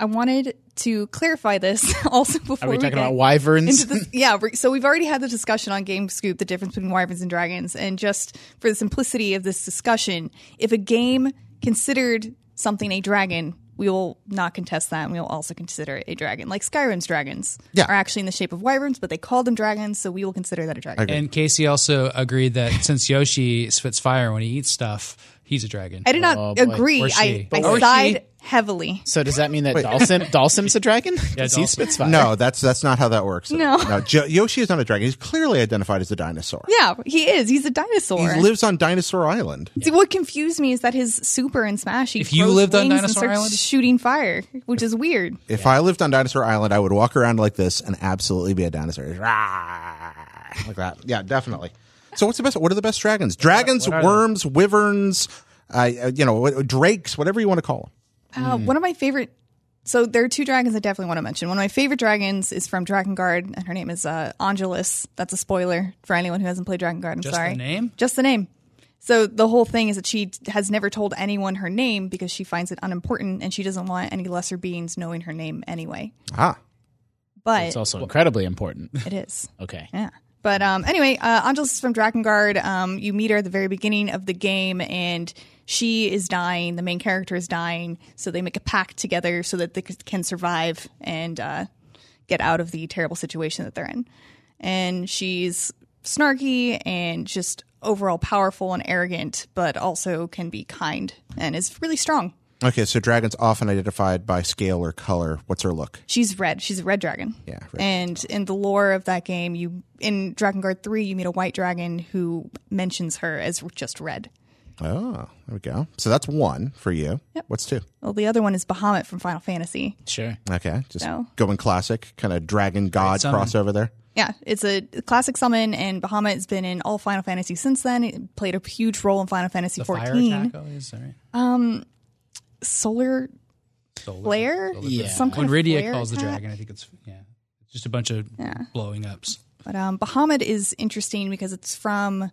S4: I wanted to clarify this also before
S5: Are we talking
S4: get
S5: about wyverns?
S4: into this. Yeah, we're- so we've already had the discussion on Game Scoop, the difference between wyverns and dragons, and just for the simplicity of this discussion, if a game considered something a dragon, we will not contest that, and we will also consider it a dragon. Like Skyrim's dragons
S2: Yeah.
S4: are actually in the shape of wyverns, but they call them dragons, so we will consider that a dragon.
S3: And Casey also agreed that since Yoshi spits fire when he eats stuff, he's a dragon.
S4: I did not
S5: Oh, boy.
S4: agree.
S3: Or
S4: I,
S3: she.
S4: I
S3: Or she.
S4: sighed heavily.
S5: so does that mean that Dalsim Dalsim's a dragon? Because he
S3: Dalsim.
S5: spits fire.
S2: No, that's that's not how that works.
S4: No.
S2: Jo- Yoshi is not a dragon. He's clearly identified as a dinosaur.
S4: Yeah, he is. He's a dinosaur.
S2: He lives on Dinosaur Island.
S4: See, what confused me is that his super in Smash, he
S3: If you
S4: grows
S3: lived on
S4: wings and
S3: Dinosaur
S4: starts
S3: Island?
S4: shooting fire, which is weird.
S2: If I lived on Dinosaur Island, I would walk around like this and absolutely be a dinosaur. Rah! Like that. Yeah, definitely. So what's the best? What are the best dragons? Dragons, worms, wyverns, uh, uh, you know, what- drakes, whatever you want to call them.
S4: Uh, One of my favorite. So there are two dragons I definitely want to mention. One of my favorite dragons is from Dragon Guard, and her name is uh, Angelus. That's a spoiler for anyone who hasn't played Dragon Guard. I'm
S3: Just
S4: sorry.
S3: the name?
S4: Just the name. So the whole thing is that she has never told anyone her name because she finds it unimportant, and she doesn't want any lesser beings knowing her name anyway.
S2: Ah,
S4: But
S5: It's also incredibly important.
S4: it is.
S5: Okay.
S4: Yeah. But um, anyway, uh, Angelus is from Drakengard. Um, you meet her at the very beginning of the game, and she is dying. The main character is dying, so they make a pact together so that they c- can survive and uh, get out of the terrible situation that they're in. And she's snarky and just overall powerful and arrogant, but also can be kind and is really strong.
S2: okay. So dragons often identified by scale or color. What's her look?
S4: She's red. She's a red dragon.
S2: Yeah, red
S4: and in the lore of that game, you in Dragon Guard Three, you meet a white dragon who mentions her as just red.
S2: Oh, there we go. So that's one for you. What's two?
S4: Well, the other one is Bahamut from Final Fantasy.
S5: Sure.
S2: Okay, just
S4: No.
S2: going classic, kind of dragon god
S3: summon.
S2: crossover there.
S4: Yeah, it's a classic summon, and Bahamut has been in all Final Fantasy since then. It played a huge role in Final Fantasy
S3: The fire attack
S4: fourteen.
S3: always, all right.
S4: Solar
S3: Solar.
S4: flare,
S5: Yeah.
S4: some kind
S3: When
S4: of
S3: Rydia
S4: flare
S3: calls the
S4: attack.
S3: dragon, I think it's yeah, it's just a bunch of blowing ups.
S4: But um, Bahamut is interesting because it's from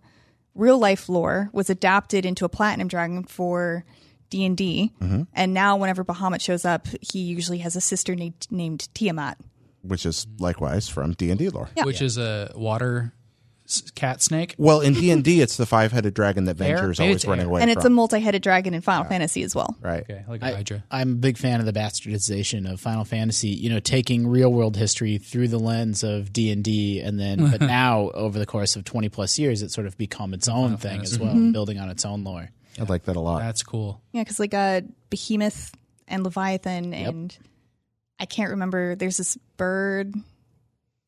S4: real life lore, was adapted into a platinum dragon for D and D, and now whenever Bahamut shows up, he usually has a sister na- named Tiamat.
S2: which is likewise from D and D lore.
S3: which is a water s- cat snake.
S2: Well, in D and D, it's the five-headed dragon that
S3: Air?
S2: Venture is
S3: Maybe
S2: always
S3: it's
S2: running
S3: air.
S2: away
S4: and
S2: from.
S4: it's a multi-headed dragon in Final Fantasy as well.
S2: right.
S3: Okay, like a Hydra.
S5: I'm a big fan of the bastardization of Final Fantasy. You know, taking real world history through the lens of D and D, and then but now over the course of 20 plus years, it's sort of become its own thing as well, building on its own lore.
S2: I like that a lot.
S3: That's cool.
S4: Yeah, because like uh, Behemoth and Leviathan, and I can't remember. There's this bird.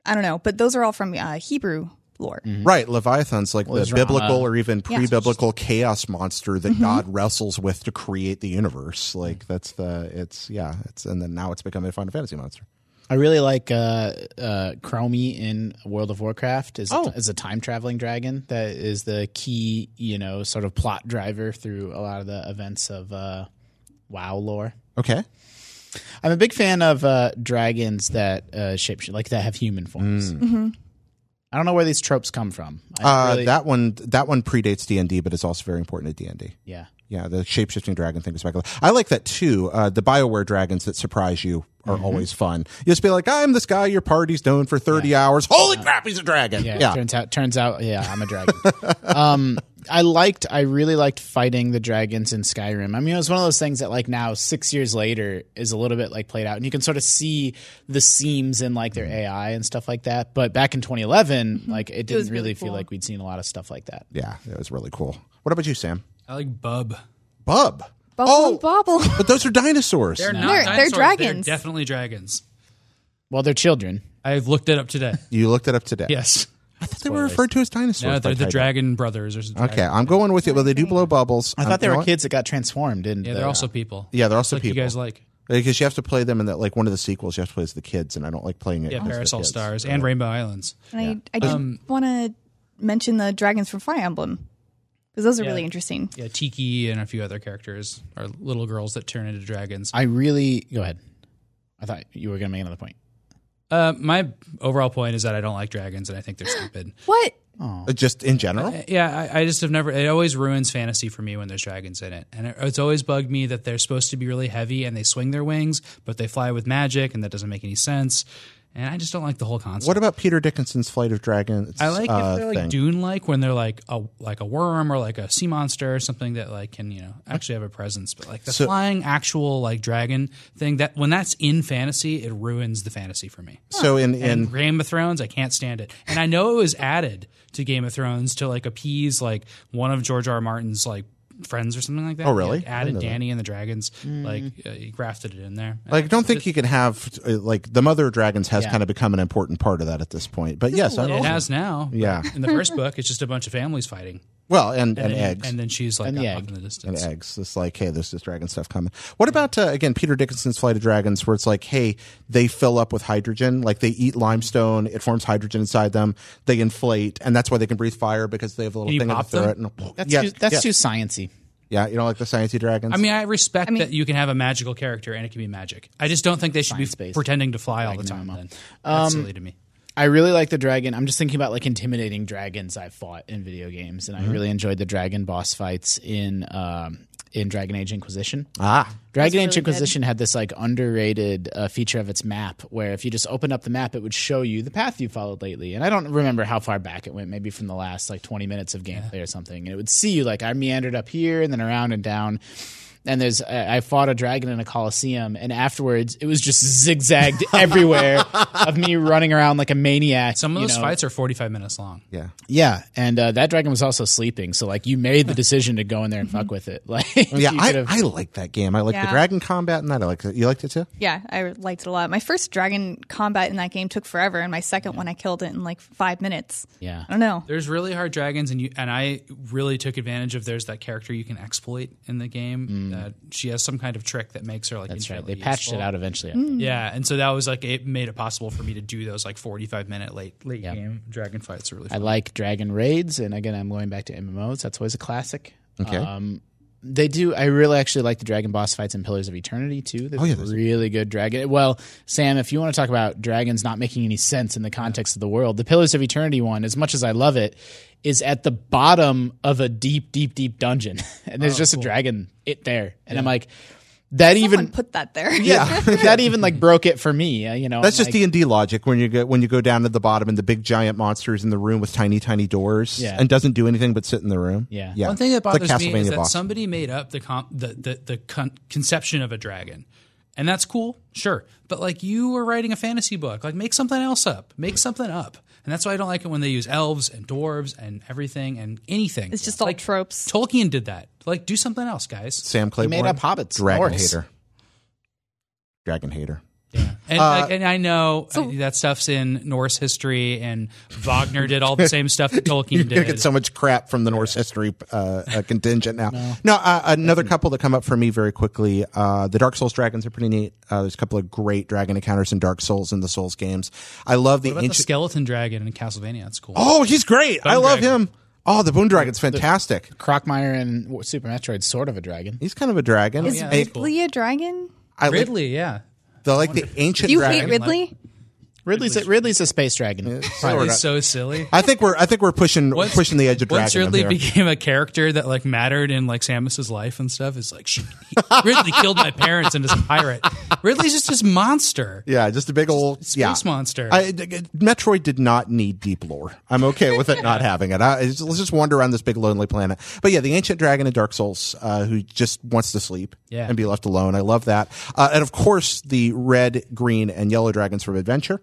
S4: I don't know, but those are all from uh, Hebrew lore.
S2: Right, Leviathan's like the
S5: it's
S2: biblical
S5: Rama.
S2: or even
S4: Yeah. Mm-hmm.
S2: pre-biblical chaos monster that God wrestles with to create the universe. Like that's the it's yeah it's and then now it's become a Final Fantasy monster.
S5: I really like uh, uh, Chromie in World of Warcraft as, a, as a time traveling dragon that is the key, you know, sort of plot driver through a lot of the events of uh, WoW lore.
S2: Okay,
S5: I'm a big fan of uh, dragons that uh, shape like that have human forms. I don't know where these tropes come from. I
S2: Mm. uh,
S5: really-
S2: that one that one predates D and D, but it's also very important to D and D.
S5: yeah.
S2: Yeah, the shapeshifting dragon thing is back. I like that too. Uh, the Bioware dragons that surprise you are
S3: Mm-hmm.
S2: always fun. You just be like, I'm this guy your party's known for 30 hours. Holy crap, he's a dragon.
S5: Yeah,
S2: Yeah.
S5: Turns out, turns out, yeah, I'm a dragon. um, I liked, I really liked fighting the dragons in Skyrim. I mean, it was one of those things that, like, now six years later is a little bit like played out, and you can sort of see the seams in like their
S2: Mm.
S5: AI and stuff like that. But back in 2011, like, it didn't
S4: was
S5: really,
S4: really
S5: feel
S4: cool.
S5: like we'd seen a lot of stuff like that.
S2: Yeah, it was really cool. What about you, Sam?
S3: I like Bub.
S2: Bub. Oh,
S4: Bubble and bobble.
S2: but those are dinosaurs.
S3: They're
S4: They're- they're
S3: dinosaurs,
S4: dragons.
S3: definitely dragons.
S5: Well, they're children.
S3: I've looked it up today.
S2: You looked it up today.
S3: yes.
S2: I thought they were referred to as dinosaurs.
S3: No,
S2: by
S3: they're the
S2: Titan.
S3: dragon brothers. Or something.
S2: Okay, I'm going with you. Well, they do blow bubbles.
S5: I thought they were kids that got transformed. And
S3: Yeah, they're also people.
S2: Yeah, they're also
S3: like
S2: people.
S3: You guys like
S2: Because you have to play them in that, like one of the sequels, you have to play as the kids, and I don't like playing it.
S3: yeah,
S2: as the
S3: Parasol
S2: kids.
S3: Stars and Rainbow Islands.
S4: and I, I did want to mention the dragons from Fire Emblem because those are really interesting.
S3: Yeah, Tiki and a few other characters are little girls that turn into dragons.
S5: I really go ahead. I thought you were going to make another point.
S3: Uh, my overall point is that I don't like dragons and I think they're stupid.
S4: What?
S2: Uh, Just in general?
S3: Yeah, I, I just have never. It always ruins fantasy for me when there's dragons in it, and it, it's always bugged me that they're supposed to be really heavy and they swing their wings, but they fly with magic, and that doesn't make any sense. And I just don't like the whole concept.
S2: What about Peter Dickinson's Flight of Dragons?
S3: I like
S2: uh,
S3: if they're
S2: thing?
S3: like Dune like when they're like a like a worm or like a sea monster or something that like can you know actually have a presence, but like the flying actual like dragon thing that when that's in fantasy, it ruins the fantasy for me.
S2: So in in
S3: And Game of Thrones, I can't stand it. And I know it was added to Game of Thrones to like appease like one of George R. R. Martin's like friends or something like that.
S2: Oh, really?
S3: He, like, added Danny and the Dragons.
S5: Mm.
S3: Like uh, he grafted it in there.
S2: Like, I don't think you can have uh, like the mother of dragons has kind of become an important part of that at this point. But yes,
S3: it
S2: I,
S3: has now.
S2: Yeah.
S3: In the first book, it's just a bunch of families fighting.
S2: well, and, and, eggs
S3: And
S2: and,
S3: then she's like
S5: the
S3: up
S5: egg.
S3: in the distance.
S2: eggs. It's like, hey, there's this dragon stuff coming. What about uh, again Peter Dickinson's Flight of Dragons, where it's like, hey, they fill up with hydrogen, like they eat limestone, it forms hydrogen inside them, they inflate, and that's why they can breathe fire because they have a little
S3: Can you
S2: thing in the
S3: pop them?
S2: throat. And,
S5: That's
S2: yeah,
S5: too, that's
S2: yeah,
S5: too sciency.
S2: yeah, you know, like the sciencey dragons.
S3: I mean, I respect
S4: mean-
S3: that you can have a magical character and it can be magic. I just don't think they should be
S5: Science-based.
S3: pretending to fly all the time. Then.
S5: Um,
S3: That's silly to me.
S5: I really like the dragon. I'm just thinking about like intimidating dragons I've fought in video games, and
S2: Mm-hmm.
S5: I really enjoyed the dragon boss fights in um, in Dragon Age Inquisition.
S2: ah,
S5: Dragon Age Inquisition had this like underrated uh, feature of its map, where if you just open up the map, it would show you the path you followed lately. And I don't remember how far back it went, maybe from the last like 20 minutes of gameplay or something. And it would see you like I meandered up here and then around and down. And there's I I fought a dragon in a coliseum, and afterwards it was just zigzagged everywhere of me running around like a maniac.
S3: Some of
S5: you
S3: those
S5: know?
S3: fights are 45 minutes long.
S2: yeah.
S5: yeah. And uh, that dragon was also sleeping, so like you made the decision to go in
S3: Mm-hmm.
S5: there and fuck with it. Like,
S2: Yeah,
S5: you
S2: I,
S5: could've-
S2: I like that game. I like the
S4: Yeah.
S2: dragon combat and that. I like it. You liked it too?
S4: Yeah, I liked it a lot. My first dragon combat in that game took forever, and my second one I killed it in like five minutes.
S5: yeah.
S4: I don't know.
S3: There's really hard dragons, and you and I really took advantage of. There's that character you can exploit in the game, that. She has some kind of trick that makes her like
S5: Mm. That's right. They
S3: infinitely
S5: patched
S3: useful. Mm.
S5: it out eventually. I
S2: Mm.
S5: think.
S3: Yeah, and so that was like it made it possible for me to do those like forty five minute late late game dragon fights. Were really
S5: I
S3: fun.
S5: like Dragon Raids, and again, I'm going back to MMOs. That's always a classic.
S2: Okay.
S5: Um, they do. I really actually like the dragon boss fights in Pillars of Eternity too. They're
S2: Oh, yeah, those-
S5: really good dragon. Well, Sam, if you want to talk about dragons not making any sense in the context of the world, the Pillars of Eternity one, as much as I love it, is at the bottom of a deep, deep, deep dungeon, and
S2: Oh,
S5: there's just a dragon it there, and I'm like, that
S4: Someone
S5: even.
S4: put that there.
S5: yeah, that even like broke it for me. uh, You know,
S2: That's just
S5: I'm like-
S2: D and D logic when you go when you go down to the bottom and the big giant monster is in the room with tiny tiny doors
S5: Yeah.
S2: and doesn't do anything but sit in the room.
S5: Yeah.
S2: yeah.
S3: One thing that
S2: It's like
S3: bothers me is
S2: Castlevania
S3: that
S2: boss.
S3: somebody made up the com- the the, the con- conception of a dragon, and that's cool, sure. But like you were writing a fantasy book, like make something else up, make something up, and that's why I don't like it when they use elves and dwarves and everything and anything.
S4: It's just all
S3: like
S4: tropes.
S3: Tolkien did that. Like do something else, guys.
S2: Sam Claiborne
S5: made up hobbits,
S2: Dragon
S5: orcs.
S2: hater. Dragon hater.
S3: And, like, and I know uh, that stuff's in Norse history, and Wagner did all the same stuff that
S2: You're
S3: Tolkien
S2: going to
S3: did.
S2: get so much crap from the Norse history uh, uh, contingent now. No, uh, another couple that come up for me very quickly. Uh, the Dark Souls dragons are pretty neat. Uh, there's a couple of great dragon encounters in Dark Souls and the Souls games. I love the
S3: What about the
S2: ancient.
S3: skeleton dragon in Castlevania? That's cool.
S2: oh, he's great. I love
S3: dragon.
S2: him. Oh, the Boon Dragon's fantastic.
S5: Crockmire and Super Metroid, sort of a dragon.
S2: He's kind of a dragon.
S4: Is
S2: I-
S4: Ridley a dragon?
S2: I like
S3: Ridley, yeah.
S2: the, like the ancient
S4: You
S2: dragon.
S4: hate Ridley?
S5: Ridley's a, Ridley's a space dragon.
S3: Ridley's so silly.
S2: I think we're I think we're pushing
S3: Once-
S2: pushing the edge of
S3: Once
S2: dragon.
S3: Ridley
S2: here.
S3: became a character that like mattered in like Samus's life and stuff, it's like she, he, Ridley killed my parents and is a pirate. Ridley's just this monster.
S2: yeah, just a big old
S3: Space
S2: yeah.
S3: monster.
S2: I, d- d- Metroid did not need deep lore. I'm okay with it not having it. I, it's- let's just wander around this big lonely planet. But yeah, the ancient dragon in Dark Souls uh, who just wants to sleep
S3: Yeah.
S2: and be left alone. I love that. Uh, and of course, the red, green, and yellow dragons from Adventure.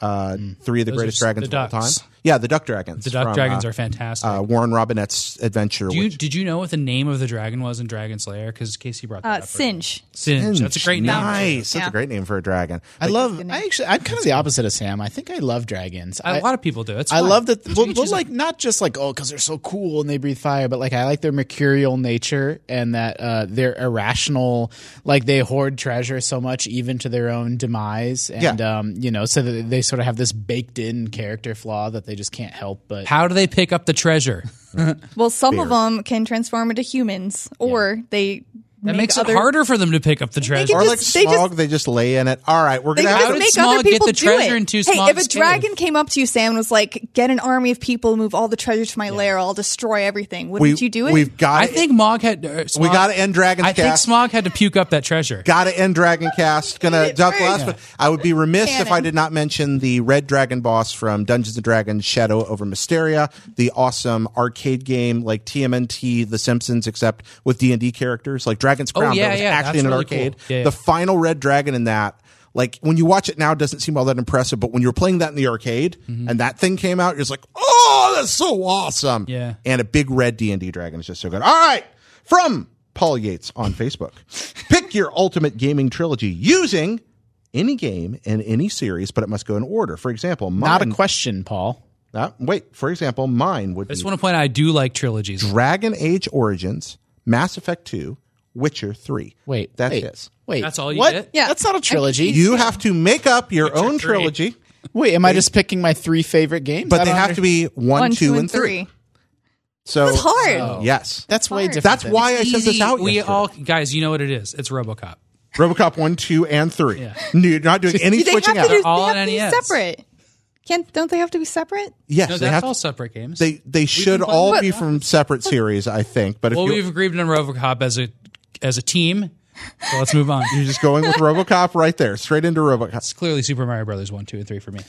S2: Uh, Three of the greatest
S3: Mm. are
S2: dragons
S3: the
S2: of all time.
S3: ducks.
S2: Yeah, the duck dragons.
S3: The Duck
S2: from,
S3: Dragons
S2: uh,
S3: are fantastic.
S2: uh, Warren Robinette's adventure.
S3: Do you,
S2: which-
S3: did you know what the name of the dragon was in Dragon Slayer? Because Casey brought that
S4: Uh,
S3: up.
S4: Singe.
S3: Singe. That's a great name.
S2: Nice. That's
S4: Yeah.
S2: a great name for a dragon.
S5: I love.
S4: name.
S5: I actually, I'm kind of the opposite of Sam. I think I love dragons.
S3: A
S5: I
S3: lot of people do. It's
S5: I
S3: fine.
S5: love that. Well,
S3: Singe
S5: well,
S3: is a-
S5: like not just like oh, because they're so cool and they breathe fire, but like I like their mercurial nature and that uh, they're irrational. Like they hoard treasure so much, even to their own demise. And
S2: Yeah.
S5: um, you know, so that they sort of have this baked in character flaw that they just can't help but.
S3: How do they pick up the treasure?
S4: Well, some of them can transform into humans, or they
S3: That
S4: make
S3: makes
S4: other,
S3: it harder for them to pick up the treasure.
S4: They
S2: Or
S4: just-
S2: like
S4: they just-
S2: Smog, they just lay in it. All right, we're
S4: They
S2: gonna
S4: just
S2: have
S3: did
S4: make
S3: Smaug
S4: other
S3: get
S4: people
S3: the treasure
S4: do it.
S3: into
S4: hey, if
S3: Smaug's
S4: a
S3: cave?
S4: dragon came up to you, Sam, and was like, "Get an army of people, move all the treasure to my lair, I'll destroy everything." Wouldn't you do it?
S2: We've got.
S3: I think Mog had. Uh,
S2: we
S3: Smaug-
S2: got to end Dragon
S3: I think
S2: Cast.
S3: Smog had to puke up that treasure.
S2: got to end Dragon Cast. Gonna duck
S4: first.
S2: last, but I would be remiss if I
S4: Canon.
S2: did not mention the Red Dragon boss from Dungeons and Dragons: Shadow over Mysteria, the awesome arcade game like TMNT, The Simpsons, except with D and D characters like Dragon's Crown.
S3: Oh, yeah,
S2: that was
S3: yeah,
S2: actually
S3: that's
S2: in an
S3: really
S2: arcade.
S3: cool. Yeah, yeah.
S2: The final Red Dragon in that. Like when you watch it now, it doesn't seem all that impressive. But when you were playing that in the arcade
S5: Mm-hmm.
S2: and that thing came out, you're just like, "Oh, that's so awesome!"
S3: Yeah.
S2: and a big red D&D dragon is just so good. All right, from Paul Yates on Facebook. Pick your ultimate gaming trilogy using any game in any series, but it must go in order. For example, mine,
S5: Not a question, Paul.
S2: uh, wait, for example, mine would
S3: I just
S2: be
S3: want to point out, I do like trilogies.
S2: Dragon Age Origins, Mass Effect 2, Witcher 3.
S5: Wait,
S2: that's
S5: wait,
S2: it.
S5: Wait,
S3: That's all you
S5: what?
S3: get?
S4: Yeah.
S5: that's not a trilogy.
S2: You have to make up your own
S3: three.
S2: trilogy,
S5: Wait, am I just picking my three favorite games? I
S2: but they
S5: don't
S2: have
S5: under-
S2: to be one,
S4: one,
S2: two, and three. So
S4: It's hard.
S2: Yes.
S5: That's way
S4: hard.
S5: different.
S2: Oh. That's
S5: than-
S2: why I sent this
S3: Easy-
S2: out.
S3: We
S2: yesterday.
S3: all guys, you know what it is. It's RoboCop.
S2: RoboCop one, two, and three. You're not doing any
S4: they have
S2: switching
S4: to
S2: out.
S4: do. They
S3: all E
S4: have to
S3: on
S4: be
S3: NES.
S4: separate. Can't don't they have to be separate?
S2: Yes,
S3: No,
S2: they
S3: that's
S2: have.
S3: all separate games.
S2: they they should
S3: play
S2: all
S3: them.
S2: be from separate series, I think. But if
S3: well,
S2: you-
S3: we've agreed on RoboCop as a as a team. So let's move on.
S2: you're just going with RoboCop right there, straight into RoboCop,
S3: It's clearly Super Mario Brothers one, two, and three for me.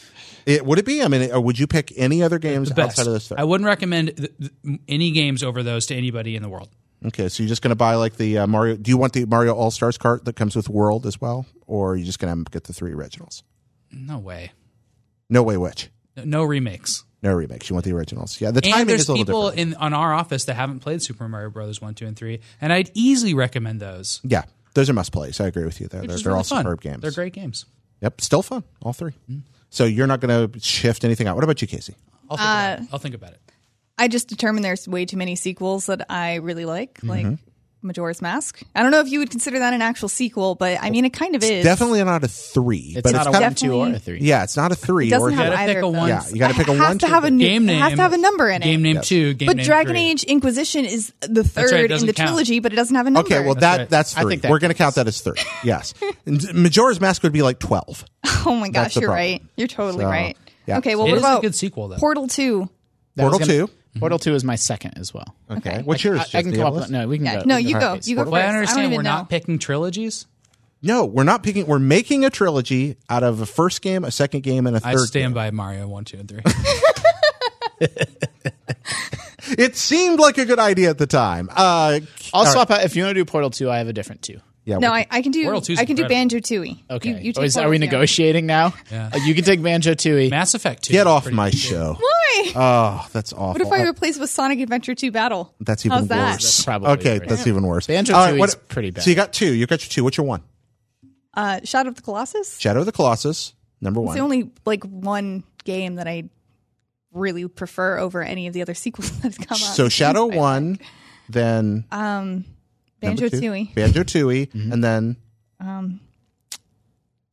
S2: it, would it be? I mean, or would you pick any other games
S3: Best.
S2: outside of this? Thing?
S3: I wouldn't recommend th- th- any games over those to anybody in the world.
S2: okay, so you're just going to buy like the uh, Mario? Do you want the Mario All Stars cart that comes with World as well, or are you just going to get the three originals?
S3: No way.
S2: No way, which
S3: No, no remakes.
S2: no remakes. You want the originals? Yeah, the
S3: And
S2: timing
S3: there's
S2: is a little
S3: people
S2: different.
S3: in on our office that haven't played Super Mario Brothers one, two, and three, and I'd easily recommend those.
S2: yeah, those are must plays. I agree with you there. They're,
S3: Which is
S2: they're
S3: really
S2: all
S3: fun.
S2: superb games.
S3: They're great Mm-hmm. games.
S2: Yep, still fun. All 3 So you're not going to shift anything out. What about you, Casey?
S3: I'll
S4: Uh,
S3: think, about, it. I'll think about it.
S2: Mm-hmm.
S4: I just determined there's way too many sequels that I really like. Like Majora's Mask. I don't know if you would consider that an actual sequel, but I mean, it kind of is.
S2: Definitely not a three.
S5: It's
S2: but it's
S5: not a
S2: kind
S5: one,
S2: of,
S5: two, or a
S4: definitely-
S5: three.
S2: yeah, it's not a three.
S4: It doesn't
S2: or-
S4: have
S3: gotta
S4: either
S3: pick
S4: of
S3: a
S4: those.
S3: one.
S2: Yeah, you gotta pick a
S4: It has
S2: one,
S4: To
S2: two,
S4: have a
S2: three.
S4: new,
S3: Game
S4: it
S3: name.
S4: has to have a number in it.
S3: Game name two. Game
S4: but
S3: name
S4: Dragon
S3: three.
S4: Age Inquisition is the
S3: right, it
S4: third in
S3: doesn't
S4: the
S3: count.
S4: trilogy, but it doesn't have a number.
S2: Okay, well that
S3: right.
S2: that's
S5: I
S2: three.
S5: think that
S2: We're going to count
S5: counts.
S2: that as three. Yes, And Majora's Mask would be like twelve.
S4: oh my
S2: that's
S4: gosh,
S2: the
S4: you're
S2: problem.
S4: right. You're totally
S2: So,
S4: right.
S2: yeah.
S4: Okay, well,
S3: It
S4: what
S3: is a
S4: about
S3: good sequel, though.
S4: Portal Two?
S5: That was
S2: Portal
S5: gonna-
S2: two?
S5: Portal two is my second as well.
S2: Okay, what's yours?
S5: I, I
S2: Jeff?
S5: can
S2: Do you
S5: come
S2: have a
S5: up with
S2: list?
S5: no. We can
S4: Yeah,
S5: go.
S4: no,
S5: we can
S4: you go.
S5: first.
S4: You go
S3: Well, I
S4: first. I don't
S3: understand
S4: even
S3: we're
S4: know.
S3: not picking trilogies.
S2: No, we're not picking. We're making a trilogy out of a first game, a second game, and a
S3: I
S2: third.
S3: stand by Mario one, two, and three.
S2: It seemed like a good idea at the time. Uh,
S5: I'll
S2: all right.
S5: swap out if you want to do Portal two. I have a different two.
S2: Yeah,
S4: No,
S2: we-
S4: I, I can do.
S3: Portal 2 's
S4: I can do Banjo
S3: incredible.
S4: Tooie.
S5: Okay.
S4: You, you
S5: Oh,
S4: take
S5: is- are
S4: Portal
S5: we
S4: 2.
S5: negotiating now? Uh, you can take Banjo Tooie.
S3: Mass Effect two.
S2: get
S3: is
S2: off
S3: pretty
S2: my
S3: good.
S2: show.
S4: Why?
S2: Oh, that's awful.
S4: what if I
S2: Uh,
S4: replace it with Sonic Adventure Two Battle?
S2: that's even
S4: How's that?
S2: worse.
S5: Probably
S2: okay,
S5: worse.
S2: that's even worse.
S5: Banjo
S2: All right,
S5: Tooie's
S2: what-
S5: pretty bad.
S2: So you got two. You got your two. What's your one?
S4: Uh, Shadow of the Colossus.
S2: Shadow of the Colossus, number
S4: It's
S2: one.
S4: the only like one game that I really prefer over any of the other sequels that have come out.
S2: so Shadow one, then
S4: Banjo Tooie,
S2: Banjo Tooie,
S5: Mm-hmm.
S2: and then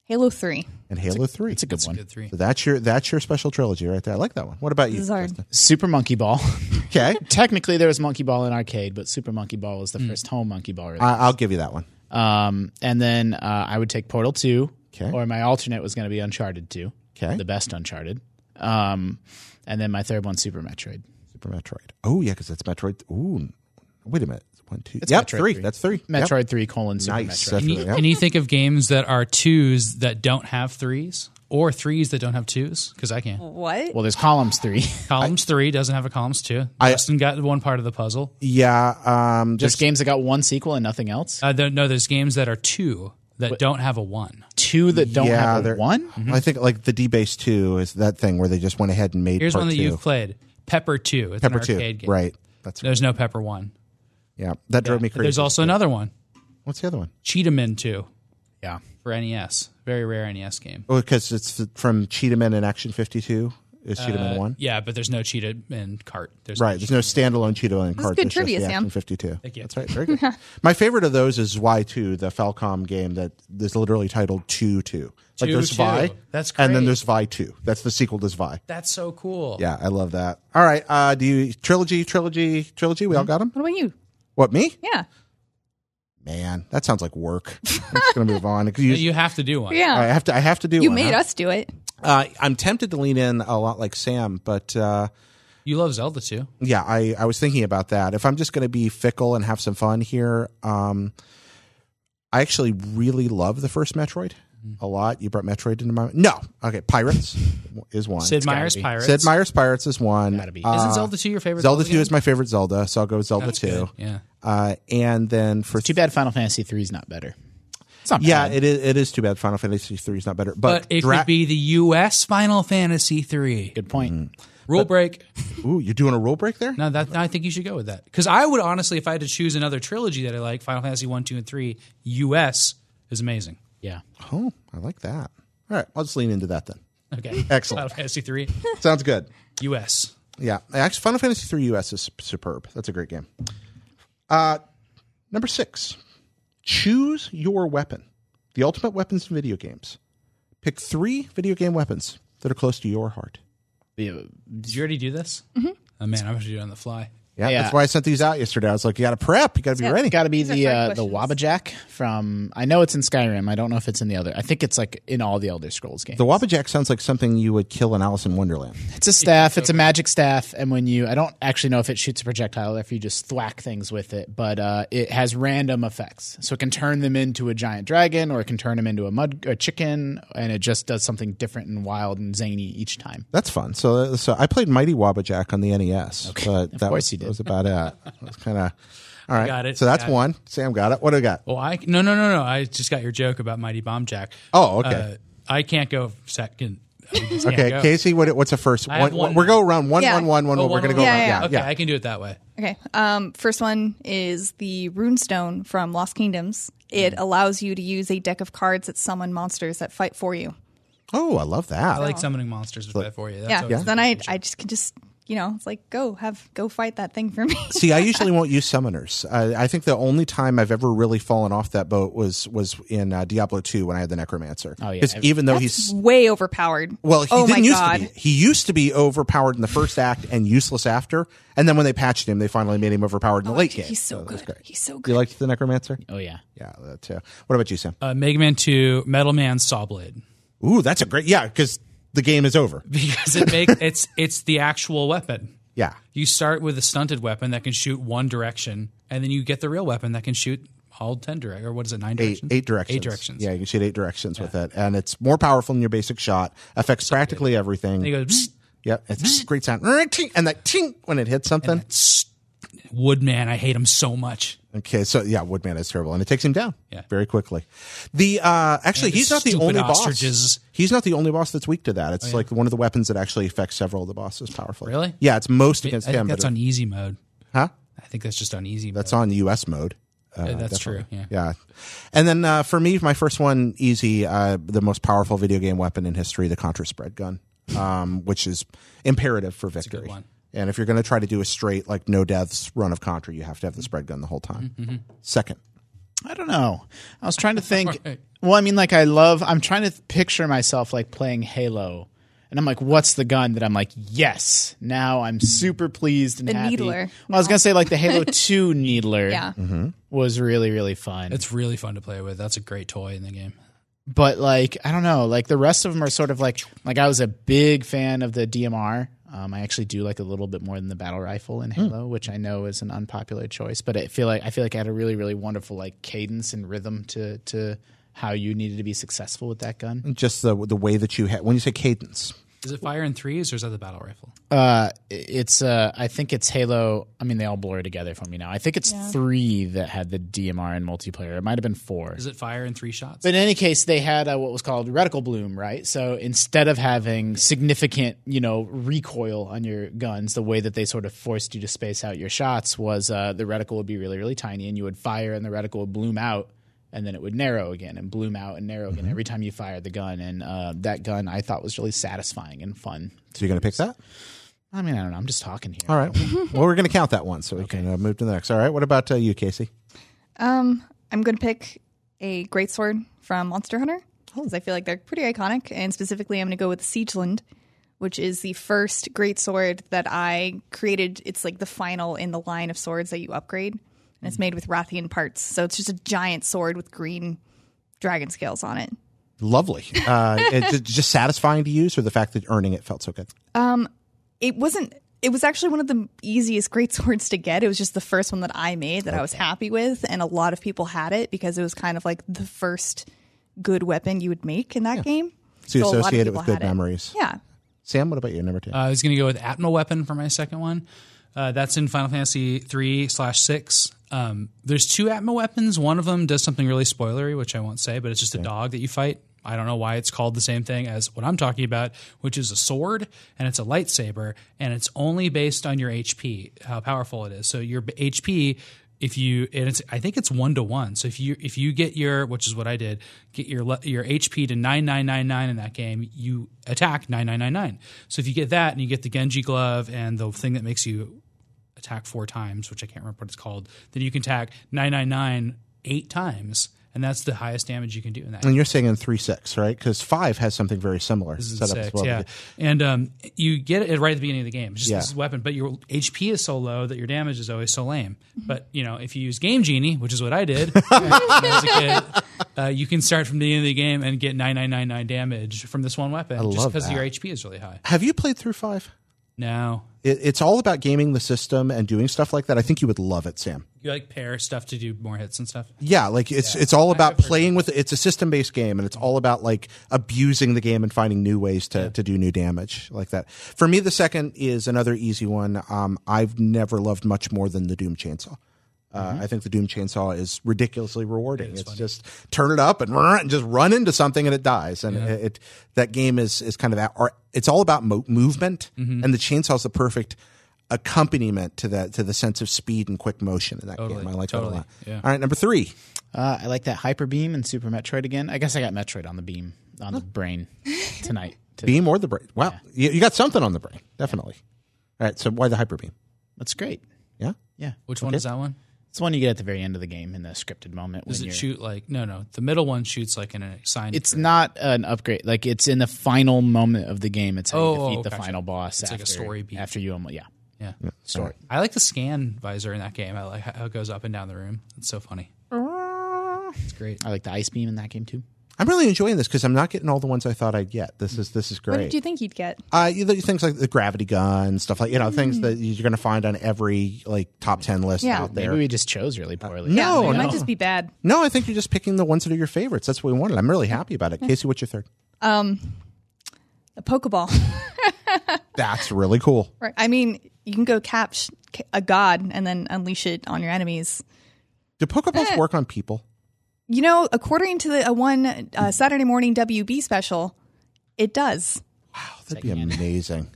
S4: Halo Three.
S2: and Halo Three.
S5: It's a good one.
S3: Good three.
S2: So that's your that's your special trilogy right there. I like that one. What about you?
S4: This is hard.
S2: Justin?
S5: Super Monkey Ball.
S2: Okay,
S5: Technically, there was Monkey Ball in arcade, but Super Monkey Ball was the first home Monkey Ball release.
S2: I, I'll give you that one.
S5: Um, and then uh, I would take Portal 2,
S2: Okay.
S5: or my alternate was going to be Uncharted 2,
S2: Okay.
S5: the best Uncharted. Um, and then my third one, Super Metroid.
S2: Super Metroid. Oh yeah, because that's Metroid. Ooh, wait a minute. One, two.
S5: It's
S2: yep,
S5: Metroid
S2: three.
S5: three.
S2: That's three. Yep.
S5: Metroid 3 colon Super
S2: Nice. That's
S5: Metroid.
S3: Can you,
S2: really, yeah.
S3: can you think of games that are twos that don't have threes, or threes that don't have twos? Because I
S4: Oh.
S3: can.
S4: What?
S5: Well, there's Columns 3.
S3: Columns three doesn't have a columns two.
S2: I-
S3: Justin got one part of the puzzle.
S2: Yeah. Um.
S5: Just games that got one sequel and nothing else.
S3: Uh, there, no, there's games that are two that don't have a one.
S5: Two that don't
S2: yeah.
S5: have a
S2: they're-
S5: one?
S2: I think like the D base two is that thing where they just went ahead and made
S3: Here's
S2: part
S3: one that
S2: two.
S3: you've played. Pepper two. It's
S2: Pepper
S3: an
S2: two.
S3: arcade game.
S2: Right. That's
S3: There's no Pepper one.
S2: yeah. That drove me
S3: But
S2: crazy.
S3: there's also another one,
S2: what's the other one?
S3: Cheetamin two
S5: Yeah.
S3: for NES. Very rare NES game.
S2: Oh, because it's from Cheetaman and Action Fifty Two. Is Cheetaman one?
S3: Uh, Yeah, but there's no Cheetamin cart. There's
S2: Right. There's no standalone Cheeto and card.
S4: good
S2: that's just
S4: trivia,
S2: the
S4: Sam.
S2: Action 52.
S3: Thank you.
S2: That's right. Very good. My favorite of those is Y2, the Falcom game that is literally titled 2 2. Like
S3: Two,
S2: there's
S3: two.
S2: Vi.
S3: That's
S2: And then
S3: great.
S2: there's Vi 2. That's the sequel to Vi.
S3: That's so cool.
S2: Yeah, I love that. All right. Uh, do you trilogy, trilogy, trilogy? We all got them?
S4: What about you?
S2: What, me?
S4: Yeah,
S2: Man, that sounds like work. I'm just going to move on. 'Cause You,
S3: You have to do one.
S4: yeah.
S2: I have to. I have to do.
S4: you
S2: one,
S4: made
S2: huh?
S4: us do it.
S2: Uh, I'm tempted to lean in a lot like Sam, but uh,
S3: You love Zelda too.
S2: yeah, I, I was thinking about that. If I'm just going to be fickle and have some fun here, um, I actually really love the first Metroid a lot. You brought Metroid into my no, okay, Pirates is one.
S3: Sid Meier's
S5: be.
S3: Pirates.
S2: Sid Meier's Pirates is one.
S5: Gotta be.
S3: Isn't Zelda two your favorite?
S2: Uh, Zelda
S3: Zelda,
S2: two is my favorite Zelda, so I'll go with Zelda two.
S3: Yeah.
S2: Uh, and then for
S5: Too bad Final Fantasy 3 is not better. It's not
S2: yeah,
S5: bad.
S2: it is it is too bad Final Fantasy three is not better, but,
S3: But it
S2: Dra-
S3: could be the U.S. Final Fantasy three.
S5: Good point.
S2: Mm-hmm.
S3: Rule break.
S2: Ooh, you're doing a rule break there.
S3: No, that I think you should go with that because I would honestly, if I had to choose another trilogy that I like, Final Fantasy one, two, and three, U.S. is amazing.
S5: Yeah.
S2: Oh, I like that. All right, I'll just lean into that then.
S3: Okay,
S2: Excellent.
S3: Final Fantasy three,
S2: Sounds good.
S3: U.S.
S2: Yeah, actually, Final Fantasy three US is superb. That's a great game. Uh, number six, choose your weapon. The ultimate weapons in video games. Pick three video game weapons that are close to your heart.
S5: The- uh,
S3: Did you already do this? Mm-hmm. Oh man, I'm going to do it on the fly.
S2: Yeah,
S5: Yeah.
S2: that's why I sent these out yesterday. I was like, you got to prep. You got to be ready.
S5: Got to be the
S4: hard
S5: uh, the
S4: questions.
S5: Wabajack from. I know it's in Skyrim. I don't know if it's in the other. I think it's like in all the Elder Scrolls games.
S2: The Wabajack sounds like something you would kill in Alice in Wonderland.
S5: it's a staff. It's a magic staff, and when you, I don't actually know if it shoots a projectile or if you just thwack things with it, but uh, it has random effects. So it can turn them into a giant dragon, or it can turn them into a mud a chicken, and it just does something different and wild and zany each time.
S2: That's fun. So, uh, so I played Mighty Wabajack on the NES, but that
S5: course
S2: was,
S5: you did.
S2: that was about it. It was kind of all right.
S3: Got it.
S2: So that's
S3: Got it. Oh,
S2: one. Sam got it. What do we got?
S3: Well, I no no no no. I just got your joke about Mighty Bomb Jack.
S2: Oh, okay.
S3: Uh, I can't go second. I just can't
S2: Okay,
S3: go.
S2: Casey, what, what's a first?
S3: I have
S2: One, one,
S3: one.
S2: we're going around one,
S4: Yeah.
S2: one, one, one,
S3: Oh,
S2: one. We're
S3: one,
S2: going to go
S3: one,
S2: around.
S4: one.
S2: Yeah,
S4: Yeah,
S2: yeah.
S3: Okay, I can do it that way.
S4: Okay. Um, first one is the Runestone from Lost Kingdoms. It
S2: Mm.
S4: allows you to use a deck of cards that summon monsters that fight for you.
S2: Oh, I love that.
S3: I like summoning monsters with that for you. That's
S4: yeah.
S3: always-
S4: Then I I just can just you know, it's like go have go fight that thing for me.
S2: See, I usually won't use summoners. I, I think the only time I've ever really fallen off that boat was was in uh, Diablo 2 when I had the Necromancer.
S5: Oh, yeah.
S2: 'Cause even though he's
S4: Way overpowered.
S2: well, he
S4: oh
S2: didn't
S4: my
S2: used
S4: god.
S2: to be. He used to be overpowered in the first act and useless after. And then when they patched him, they finally made him overpowered in the late game.
S4: Oh, He's so,
S2: Oh, that's
S4: good.
S2: great.
S4: He's so
S2: You
S4: good.
S2: liked the Necromancer?
S5: Oh yeah.
S2: Yeah, that too. What about you, Sam?
S3: Uh, Mega Man 2, Metal Man Saw Blade.
S2: Ooh, that's a great. Yeah, because the game is over.
S3: Because it make it's it's the actual weapon.
S2: Yeah.
S3: You start with a stunted weapon that can shoot one direction, and then you get the real weapon that can shoot all ten direct or what is it, nine
S2: Eight,
S3: directions?
S2: eight directions.
S3: Eight directions.
S2: Yeah, you can shoot eight directions with it, and it's more powerful than your basic shot. Affects practically everything.
S3: It goes
S2: Yep, it's a great sound. Ting, And that ting when it hits something.
S3: Woodman, I hate him so much.
S2: Okay, so yeah, Woodman is terrible, and it takes him down
S3: Yeah.
S2: very quickly. The uh actually,
S3: the
S2: he's not the
S3: stupid
S2: only boss.
S3: ostriches. Oh,
S2: He's not the only boss that's weak to that. It's like one of the weapons that actually affects several of the bosses powerfully.
S3: Really?
S2: Yeah, it's most against
S3: I think
S2: him.
S3: that's
S2: but
S3: on easy mode.
S2: huh?
S3: I think that's just on easy
S2: That's on US mode. Uh,
S3: mode. that's
S2: definitely.
S3: true.
S2: Yeah.
S3: Yeah.
S2: And then uh, for me, my first one, easy, uh, the most powerful video game weapon in history, the Contra spread gun, um, which is imperative for victory.
S3: one.
S2: And if you're going to try to do a straight, like no deaths run of Contra, you have to have the spread gun the whole time. Second,
S5: I don't know. I was trying to think. Well, I mean, like I love. I'm trying to picture myself like playing Halo, and I'm like, what's the gun that I'm like? Yes, now I'm super pleased and
S4: The
S5: happy.
S4: needler.
S5: Well, I was gonna say like the Halo Two needler.
S4: Yeah.
S5: was really really fun.
S3: It's really fun to play with. That's a great toy in the game.
S5: but like I don't know, like the rest of them are sort of like like I was a big fan of the DMR. Um, I actually do like a little bit more than the battle rifle in Halo, which I know is an unpopular choice, but I feel like I feel like I had a really really wonderful like cadence and rhythm to to how you needed to be successful with that gun.
S2: just the the way that you ha when you say cadence.
S3: Is it fire in threes or is that the battle rifle?
S5: Uh, it's uh, I think it's Halo. I mean, they all blur together for me now. I think it's three that had the DMR in multiplayer. It might have been four.
S3: Is it fire in three shots?
S5: But in any case, they had uh what was called reticle bloom, right? So instead of having significant, you know, recoil on your guns, the way that they sort of forced you to space out your shots was uh, the reticle would be really, really tiny, and you would fire, and the reticle would bloom out, and then it would narrow again, and bloom out, and narrow
S2: Mm-hmm.
S5: again every time you fired the gun. And uh, that gun, I thought, was really satisfying and fun.
S2: So you're going to pick that?
S5: I mean, I don't know. I'm just talking here.
S2: All right. well, we're going to count that one so we can uh, move to the next. All right. What about uh, you, Casey?
S4: Um, I'm gonna pick a great sword from Monster Hunter
S2: Oh.
S4: because I feel like they're pretty iconic. And specifically, I'm gonna go with Siegeland, which is the first great sword that I created. It's like the final in the line of swords that you upgrade, and it's
S2: Hmm.
S4: made with Rathian parts. So it's just a giant sword with green dragon scales on it.
S2: Lovely. Uh, it, ju- just satisfying to use, or the fact that earning it felt so good.
S4: It wasn't. It was actually one of the easiest great swords to get. It was just the first one that I made that I was happy with, and a lot of people had it because it was kind of like the first good weapon you would make in that game.
S2: So you
S4: a lot of
S2: associate it
S4: people
S2: with good
S4: had
S2: memories.
S4: Yeah.
S2: Sam, what about you? Number two.
S3: Uh, I was going to go with Atma Weapon for my second one. Uh, that's in Final Fantasy three slash six. Um, there's two Atma weapons. One of them does something really spoilery, which I won't say, but it's just a dog that you fight. I don't know why it's called the same thing as what I'm talking about, which is a sword and it's a lightsaber, and it's only based on your HP, how powerful it is. So your b- HP, if you and it's, I think it's one to one. So if you if you get your, which is what I did, get your le- your HP to nine nine nine nine in that game, you attack nine nine nine nine. So if you get that and you get the Genji glove and the thing that makes you attack four times, which I can't remember what it's called, then you can attack 999 eight times. And that's the highest damage you can do in that.
S2: And you're saying in three six, right? Because five has something very similar set up as
S3: Six,
S2: well.
S3: yeah. And um, you get it right at the beginning of the game. It's just
S2: Yeah.
S3: this weapon, but your HP is so low that your damage is always so lame. But you know, if you use Game Genie, which is what I did when I was a kid, uh, you can start from the beginning of the game and get nine nine nine nine damage from this one weapon just
S2: love
S3: because
S2: that.
S3: your HP is really high.
S2: Have you played through five?
S3: Now
S2: It, it's all about gaming the system and doing stuff like that. I think you would love it, Sam.
S3: you like pair stuff to do more hits and stuff.
S2: Yeah, like it's it's all about playing with. It's a system based game, and it's all about like abusing the game and finding new ways to to do new damage like that. For me, the second is another easy one. Um, I've never loved much more than the Doom Chainsaw. Uh,
S3: Mm-hmm.
S2: I think the Doom Chainsaw is ridiculously rewarding. it's just turn it up and, run, and just run into something and it dies. And it, it that game is is kind of at, or it's all about mo- movement,
S3: Mm-hmm.
S2: and the chainsaw is the perfect accompaniment to that to the sense of speed and quick motion in that game. I like that a
S3: totally,
S2: lot.
S3: yeah.
S2: All right, number three.
S5: Uh, I like that hyper beam and Super Metroid again. I guess I got Metroid on the beam on the brain tonight.
S2: beam or the brain. Wow, you, you got something on the brain, definitely. All right, so why the hyper beam?
S5: That's great.
S2: Yeah.
S5: Yeah.
S3: Which one is that one?
S5: It's the one you get at the very end of the game in the scripted moment.
S3: Does it
S5: when you're-
S3: shoot like no no? The middle one shoots like in an assigned.
S5: It's not an upgrade. Like it's in the final moment of the game. It's how
S3: Oh,
S5: you defeat
S3: oh,
S5: the
S3: gotcha.
S5: final boss.
S3: It's
S5: after,
S3: like a story beat.
S5: After you, almost, yeah.
S3: yeah.
S5: Story.
S3: I like the scan visor in that game. I like how it goes up and down the room. It's so funny. It's great.
S5: I like the ice beam in that game too.
S2: I'm really enjoying this because I'm not getting all the ones I thought I'd get. This is this is
S4: What did
S2: great.
S4: you think you'd get?
S2: uh, you know, things like the gravity gun, stuff like you know, things that you're going to find on every like top ten list
S4: Hmm. Yeah.
S2: out
S5: Maybe
S2: there.
S5: we just chose really poorly.
S2: no,
S4: it
S2: no,
S4: might just be bad.
S2: no. I think you're just picking the ones that are your favorites. That's what we wanted. I'm really happy about it. Casey, what's your third?
S4: A Pokeball.
S2: That's really cool.
S4: right. I mean, you can go catch a god and then unleash it on your enemies.
S2: Do Pokeballs work on people?
S4: You know, according to the a one uh, Saturday morning WB special, it does.
S2: Wow, Oh, that'd be amazing.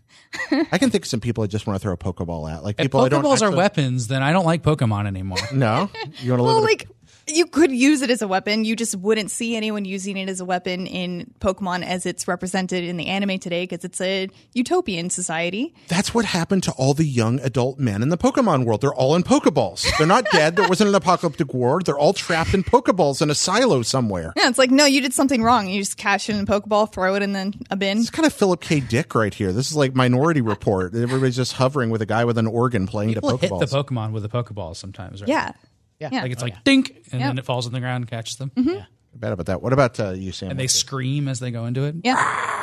S2: I can think of some people I just want to throw a Pokeball at, like
S3: If
S2: people I don't.
S3: Pokeballs are
S2: actually-
S3: weapons, then I don't like Pokemon anymore.
S2: No, you want to live
S4: Well,
S2: in a-
S4: like you could use it as a weapon. You just wouldn't see anyone using it as a weapon in Pokemon as it's represented in the anime today because it's a utopian society.
S2: That's what happened to all the young adult men in the Pokemon world. They're all in Pokeballs. They're not dead. There wasn't an apocalyptic war. They're all trapped in Pokeballs in a silo somewhere.
S4: Yeah, it's like no, you did something wrong. You just cash it in a Pokeball, throw it in the, a bin.
S2: It's kind of Philip K. Dick right here. This is like Minority Report. Everybody's just hovering with a guy with an organ playing
S3: People
S2: to
S3: hit the
S2: Pokeballs.
S3: Pokemon with a Pokeball sometimes, right?
S4: Yeah,
S5: Yeah.
S3: Like it's
S5: Oh,
S3: like
S5: yeah.
S3: dink, and
S4: Yeah. Mm-hmm.
S3: then it falls on the ground and catches them. Yeah.
S2: Bad about that. What about uh, you, Sam?
S3: And they scream as they go into it.
S4: yeah.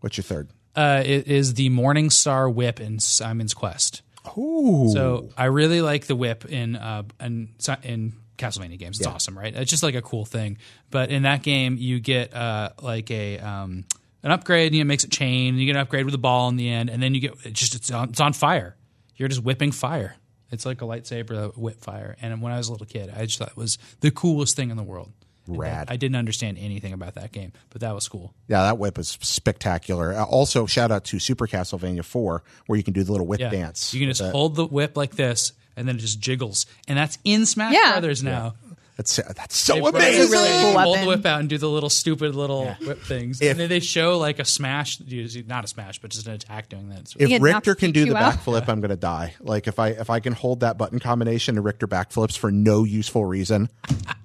S2: What's your third?
S3: Uh, it is the Morning Star whip in Simon's Quest.
S2: Ooh,
S3: So I really like the whip in uh in, in Castlevania games. It's awesome, right? It's just like a cool thing. But in that game, you get uh like a um an upgrade, and it makes it chain. And you get an upgrade with a ball in the end, and then you get it just it's on, it's on fire. You're just whipping fire. It's like a lightsaber that whip fire. And when I was a little kid, I just thought it was the coolest thing in the world.
S2: rad.
S3: I didn't understand anything about that game, but that was cool.
S2: Yeah, that whip is spectacular. Uh, also, shout out to Super Castlevania 4, where you can do the little whip
S3: Yeah.
S2: dance.
S3: You can just hold the whip like this, and then it just jiggles, and that's in Smash
S4: Yeah.
S3: Brothers now.
S2: That's, that's so
S3: They brought-
S2: amazing.
S4: really cool
S3: Pull the
S4: weapon.
S3: whip out and do the little stupid little whip things.
S2: If-
S3: and then they show like a smash, not a smash, but just an attack doing that. It's-
S2: if
S4: Ian
S2: Richter
S4: knocks
S2: can
S4: you
S2: do the
S4: out.
S2: backflip, I'm gonna die. Like if I if I can hold that button combination and Richter backflips for no useful reason,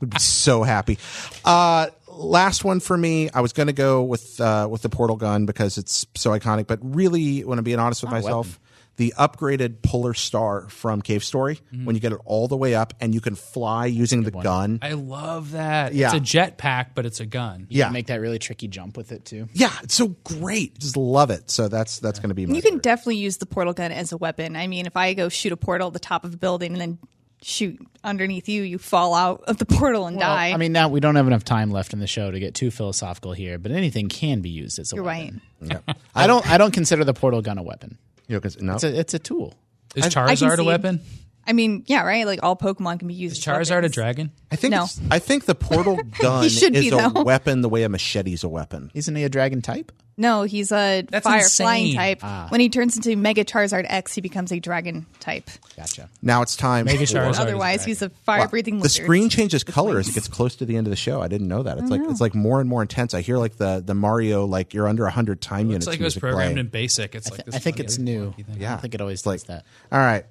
S2: would be so happy. Uh, last one for me. I was gonna go with uh, with the portal gun because it's so iconic. But really, when I'm being honest with myself, the upgraded Polar Star from Cave Story, when you get it all the way up and you can fly using the gun.
S3: I love that.
S2: Yeah.
S3: It's a jetpack, but it's a gun.
S2: yeah,
S5: Make that really tricky jump with it too.
S2: yeah, it's so great. Just love it. So that's that's gonna be my
S4: You can definitely use the portal gun as a weapon. I mean, if I go shoot a portal at the top of a building and then shoot underneath you, you fall out of the portal and die.
S5: I mean, now we don't have enough time left in the show to get too philosophical here, but anything can be used as a
S4: you're right.
S5: weapon. I don't. I don't consider the portal gun a weapon.
S2: You know, 'cause- no.
S5: It's a, it's a tool.
S3: Is
S4: I
S3: Charizard
S4: can
S3: a
S4: see-
S3: weapon?
S4: I mean, yeah, right. Like all Pokemon can be used.
S3: Is
S4: as
S3: Charizard a
S4: weapons.
S3: dragon?
S2: I think
S4: No.
S2: it's- I think the portal gun is
S4: should be,
S2: a
S4: though.
S2: weapon the way a machete's a weapon.
S5: Isn't he a dragon type?
S4: No, he's a
S3: That's
S4: fire
S3: insane. Ah.
S4: flying type. When he turns into Mega Charizard X, he becomes a dragon type.
S5: Gotcha.
S2: Now it's time.
S3: Mega
S2: for-
S3: Charizard.
S4: Otherwise, he's a fire breathing
S2: The
S4: lizard.
S2: screen changes color as it gets close to the end of the show. I didn't know that. It's like it's like more and more intense. I hear like the the Mario like you're under hundred time units.
S3: It's like it was
S2: music
S3: programmed
S2: playing.
S3: in BASIC. It's like this
S5: I think
S3: funny
S5: it's
S3: little
S5: new.
S3: wonky thing.
S5: I think it always does that.
S2: All right.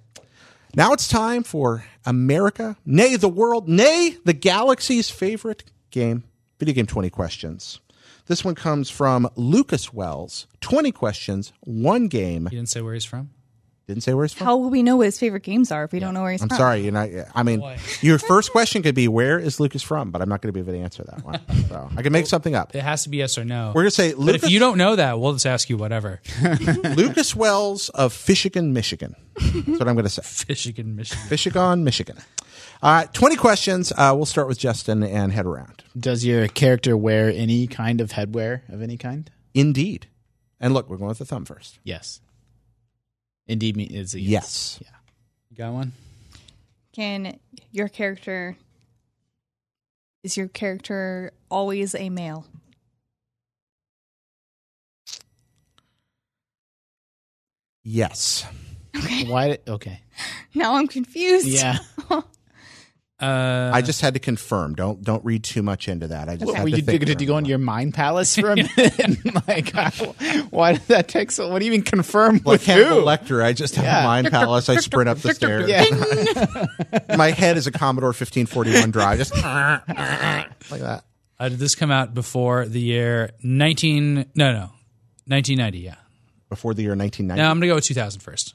S2: Now it's time for America, nay, the world, nay, the galaxy's favorite game, Video Game 20 Questions. This one comes from Lucas Wells. 20 questions, one game.
S3: You didn't say where he's from.
S2: Didn't say where it's from.
S4: How will we know what his favorite games are if we don't know where he's
S2: I'm
S4: from?
S2: sorry, you're not. I mean, your first question could be, "Where is Lucas from?" But I'm not going to be able to answer that one. So I can make something up.
S3: It has to be yes or no.
S2: We're going to say
S3: but if
S2: Lucas,
S3: you don't know that, we'll just ask you whatever.
S2: Lucas Wells of Fishigan, Michigan. That's what I'm going to say.
S3: Michigan, Michigan.
S2: Fishigan, Michigan. Uh, Twenty questions. Uh, we'll start with Justin and head around.
S5: Does your character wear any kind of headwear of any kind?
S2: Indeed. And look, we're going with the thumb first.
S5: Yes. Indeed, me is a
S2: Yes.
S3: You got one?
S4: Can your character is your character always a male?
S2: Yes.
S5: Why? Okay.
S4: Now I'm confused.
S5: Yeah.
S2: I just had to confirm. Don't don't read too much into that. I just had
S5: Were
S2: to
S5: you
S2: think
S5: did, did
S2: for
S5: you
S2: a
S5: go into your mind palace for a minute? like, why did that take so? What do you mean confirm
S2: Like
S5: with who?
S2: Hannibal Lecter, I just have a
S5: Yeah.
S2: mind palace. I sprint up the stairs.
S5: Yeah.
S2: My head is a Commodore 1541 drive, just like that.
S3: Uh, did this come out before the year 19? No, no. 1990, yeah.
S2: Before the year 1990,
S3: No, I'm going to go with 2000 first.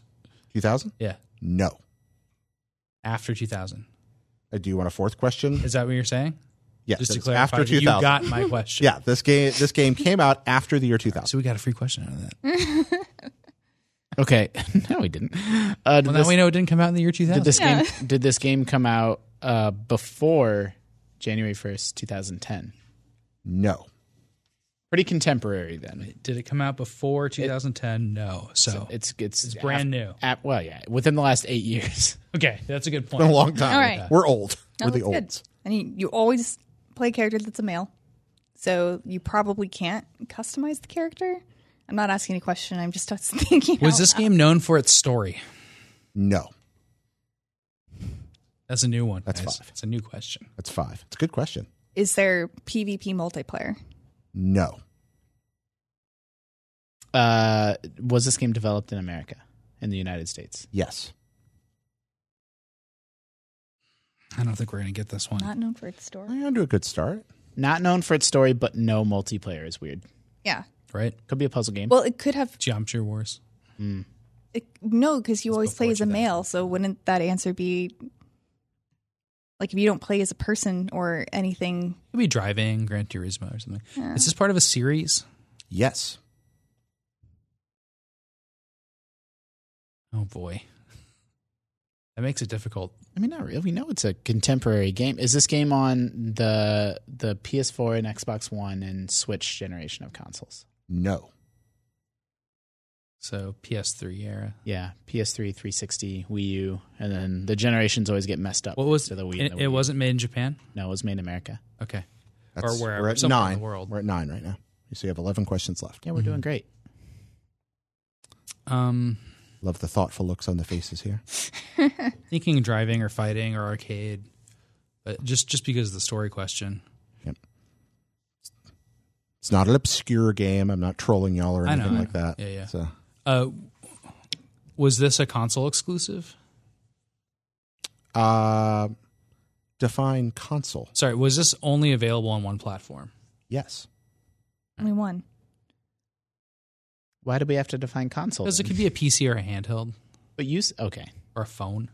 S2: 2000?
S3: Yeah.
S2: No.
S3: After 2000.
S2: Uh, Do you want a fourth question?
S3: Is that what you're saying?
S2: Yes.
S3: Just to
S2: it's
S3: clarify,
S2: after
S3: that
S2: 2000.
S3: you got my question.
S2: yeah, this game this game came out after the year 2000.
S3: So we got a free question out of that. Well,
S5: okay, no, we didn't. Uh, did,
S3: now
S5: this,
S3: we know it didn't come out in the year 2000.
S5: did this game did this game come out uh, before January first, two thousand ten?
S2: No.
S5: Pretty contemporary then.
S3: Did it come out before 2010? no. So,
S5: It's it's,
S3: it's brand new.
S5: At, well, yeah, within the last eight years.
S3: Okay, that's a good point.
S2: Been a long time.
S4: All right.
S2: We're old.
S4: No,
S2: We're the
S4: that's good.
S2: olds.
S4: I mean, you always play a character that's a male, so you probably can't customize the character. I'm not asking a question. I'm just thinking.
S3: Was
S4: out
S3: this
S4: loud.
S3: game known for its story?
S2: No.
S3: That's a new one. That's
S2: five.
S3: It's a new question.
S2: That's 5. It's a good question.
S4: Is there PvP multiplayer?
S2: No.
S5: Uh, was this game developed in America, in the United States?
S2: Yes.
S3: I don't think we're going to get this one.
S4: Not known for its story.
S2: You're on to a good start.
S5: Not known for its story, but no multiplayer is weird.
S4: Yeah.
S3: right?
S5: Could be a puzzle game.
S4: Well, it could have
S3: Geometry Wars.
S4: it, no, because you always play
S3: before
S4: as a
S3: 2000.
S4: male. So wouldn't that answer be like if you don't play as a person or anything?
S3: Maybe driving, Gran Turismo or something. Is this part of a series?
S2: Yes.
S3: Oh boy. That makes it difficult.
S5: I mean, not really. We know it's a contemporary game. Is this game on the the PS4 and Xbox One and Switch generation of consoles?
S2: No.
S3: So PS3 era.
S5: Yeah, PS3, 360, Wii U, and then the generations always get messed up.
S3: What was
S5: to the Wii? and
S3: It,
S5: the
S3: it
S5: Wii U.
S3: wasn't made in Japan.
S5: No, it was made in America.
S3: Okay.
S2: That's,
S3: Or wherever,
S2: We're at
S3: somewhere in
S2: 9.
S3: the world.
S2: We're at 9 right now. So you have 11 questions left.
S5: Yeah, we're
S3: Mm-hmm.
S5: doing great.
S3: Um,
S2: Love the thoughtful looks on the faces here.
S3: thinking driving or fighting or arcade, but just just because of the story question.
S2: It's not an obscure game. I'm not trolling y'all or
S3: I know,
S2: anything
S3: I
S2: like
S3: know.
S2: that.
S3: Yeah, yeah.
S2: So
S3: Uh, was this a console exclusive?
S2: Uh, define console.
S3: Sorry, was this only available on one platform?
S2: Yes.
S4: Only one.
S5: Why do we have to define console?
S3: Because it
S5: then?
S3: could be a PC or a handheld
S5: but use okay,
S3: or a phone.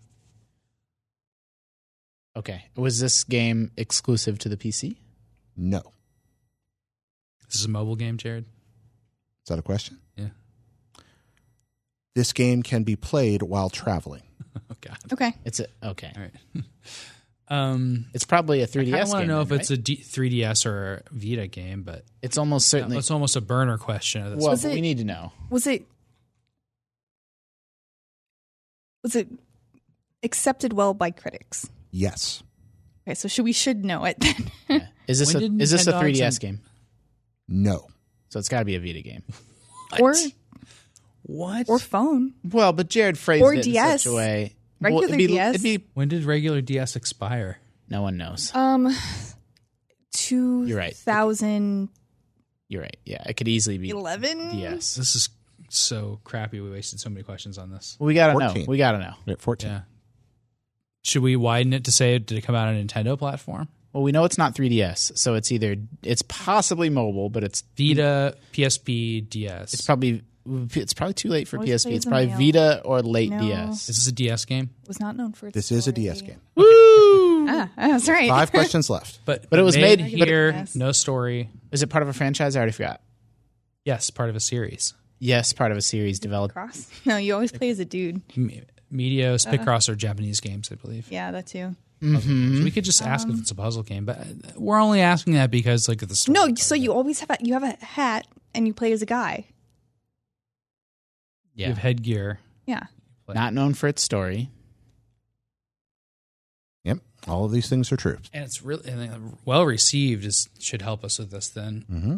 S5: okay. Was this game exclusive to the PC?
S2: No. Is
S3: This is a mobile game, Jared.
S2: that a question?
S3: Yeah.
S2: This game can be played while traveling.
S3: Oh God.
S4: Okay.
S5: It's a okay.
S3: All right. um,
S5: It's probably a
S3: I
S5: 3DS.
S3: want to
S5: game
S3: know
S5: then,
S3: if it's
S5: right?
S3: a D- 3DS or a Vita game, but
S5: It's almost certainly.
S3: it's almost a burner question. at this
S5: well,
S4: Was
S5: but we
S4: it-
S5: need to know.
S4: Was it was it accepted well by critics?
S2: Yes.
S4: Okay, so should we should know it then?
S5: Yeah. Is this
S3: When
S5: a
S3: did
S5: is this a
S3: Nintendo
S5: 3DS
S3: and-
S5: game?
S2: No.
S5: So it's got to be a Vita game.
S4: or
S3: What?
S4: or phone?
S5: Well, but Jared phrased
S4: Or
S5: it in
S4: DS.
S5: such a way.
S4: Regular
S5: it'd be,
S4: DS?
S5: It'd be,
S3: when did regular DS expire?
S5: no one knows.
S4: Um, two
S5: You're right.
S4: thousand
S5: You're right. Yeah, it could easily be
S4: eleven.
S5: DS.
S3: This is so crappy. We wasted so many questions on this.
S5: We gotta
S2: 14.
S5: know. We gotta know.
S2: We're at 14.
S3: Yeah. Should we widen it to say did it come out on a Nintendo platform?
S5: Well, we know it's not 3DS, so it's either it's possibly mobile, but it's
S3: Vita, PSP, DS.
S5: it's probably it's probably too late for
S4: Always
S5: PSP.
S4: plays
S5: It's
S4: in
S5: probably
S4: mail.
S5: Vita or late
S4: No.
S5: DS.
S3: is this a DS game?
S4: Was not known for its
S2: This is a
S4: story.
S2: DS game.
S4: Ah, that's right.
S2: Five questions left.
S3: But
S5: But it was made- but-
S3: here.
S4: Yes.
S3: No story.
S5: Is it part of a franchise? I already forgot.
S3: Yes, part of a series.
S5: Yes, part of a series developed.
S4: Cross. No, you always play as a dude.
S3: Me- Medios,
S4: Uh-huh.
S3: Picross are Japanese games, I believe.
S4: Yeah, that too.
S5: Mm-hmm.
S3: So we could just ask
S4: Um,
S3: if it's a puzzle game, but uh, we're only asking that because like of the story.
S4: No, so you always have a, you have a hat and you play as a guy.
S3: you have headgear.
S4: Yeah.
S5: Not known for its story.
S2: Yep. All of these things are true.
S3: and it's really and uh, well received is should help us with this then
S2: Mm-hmm.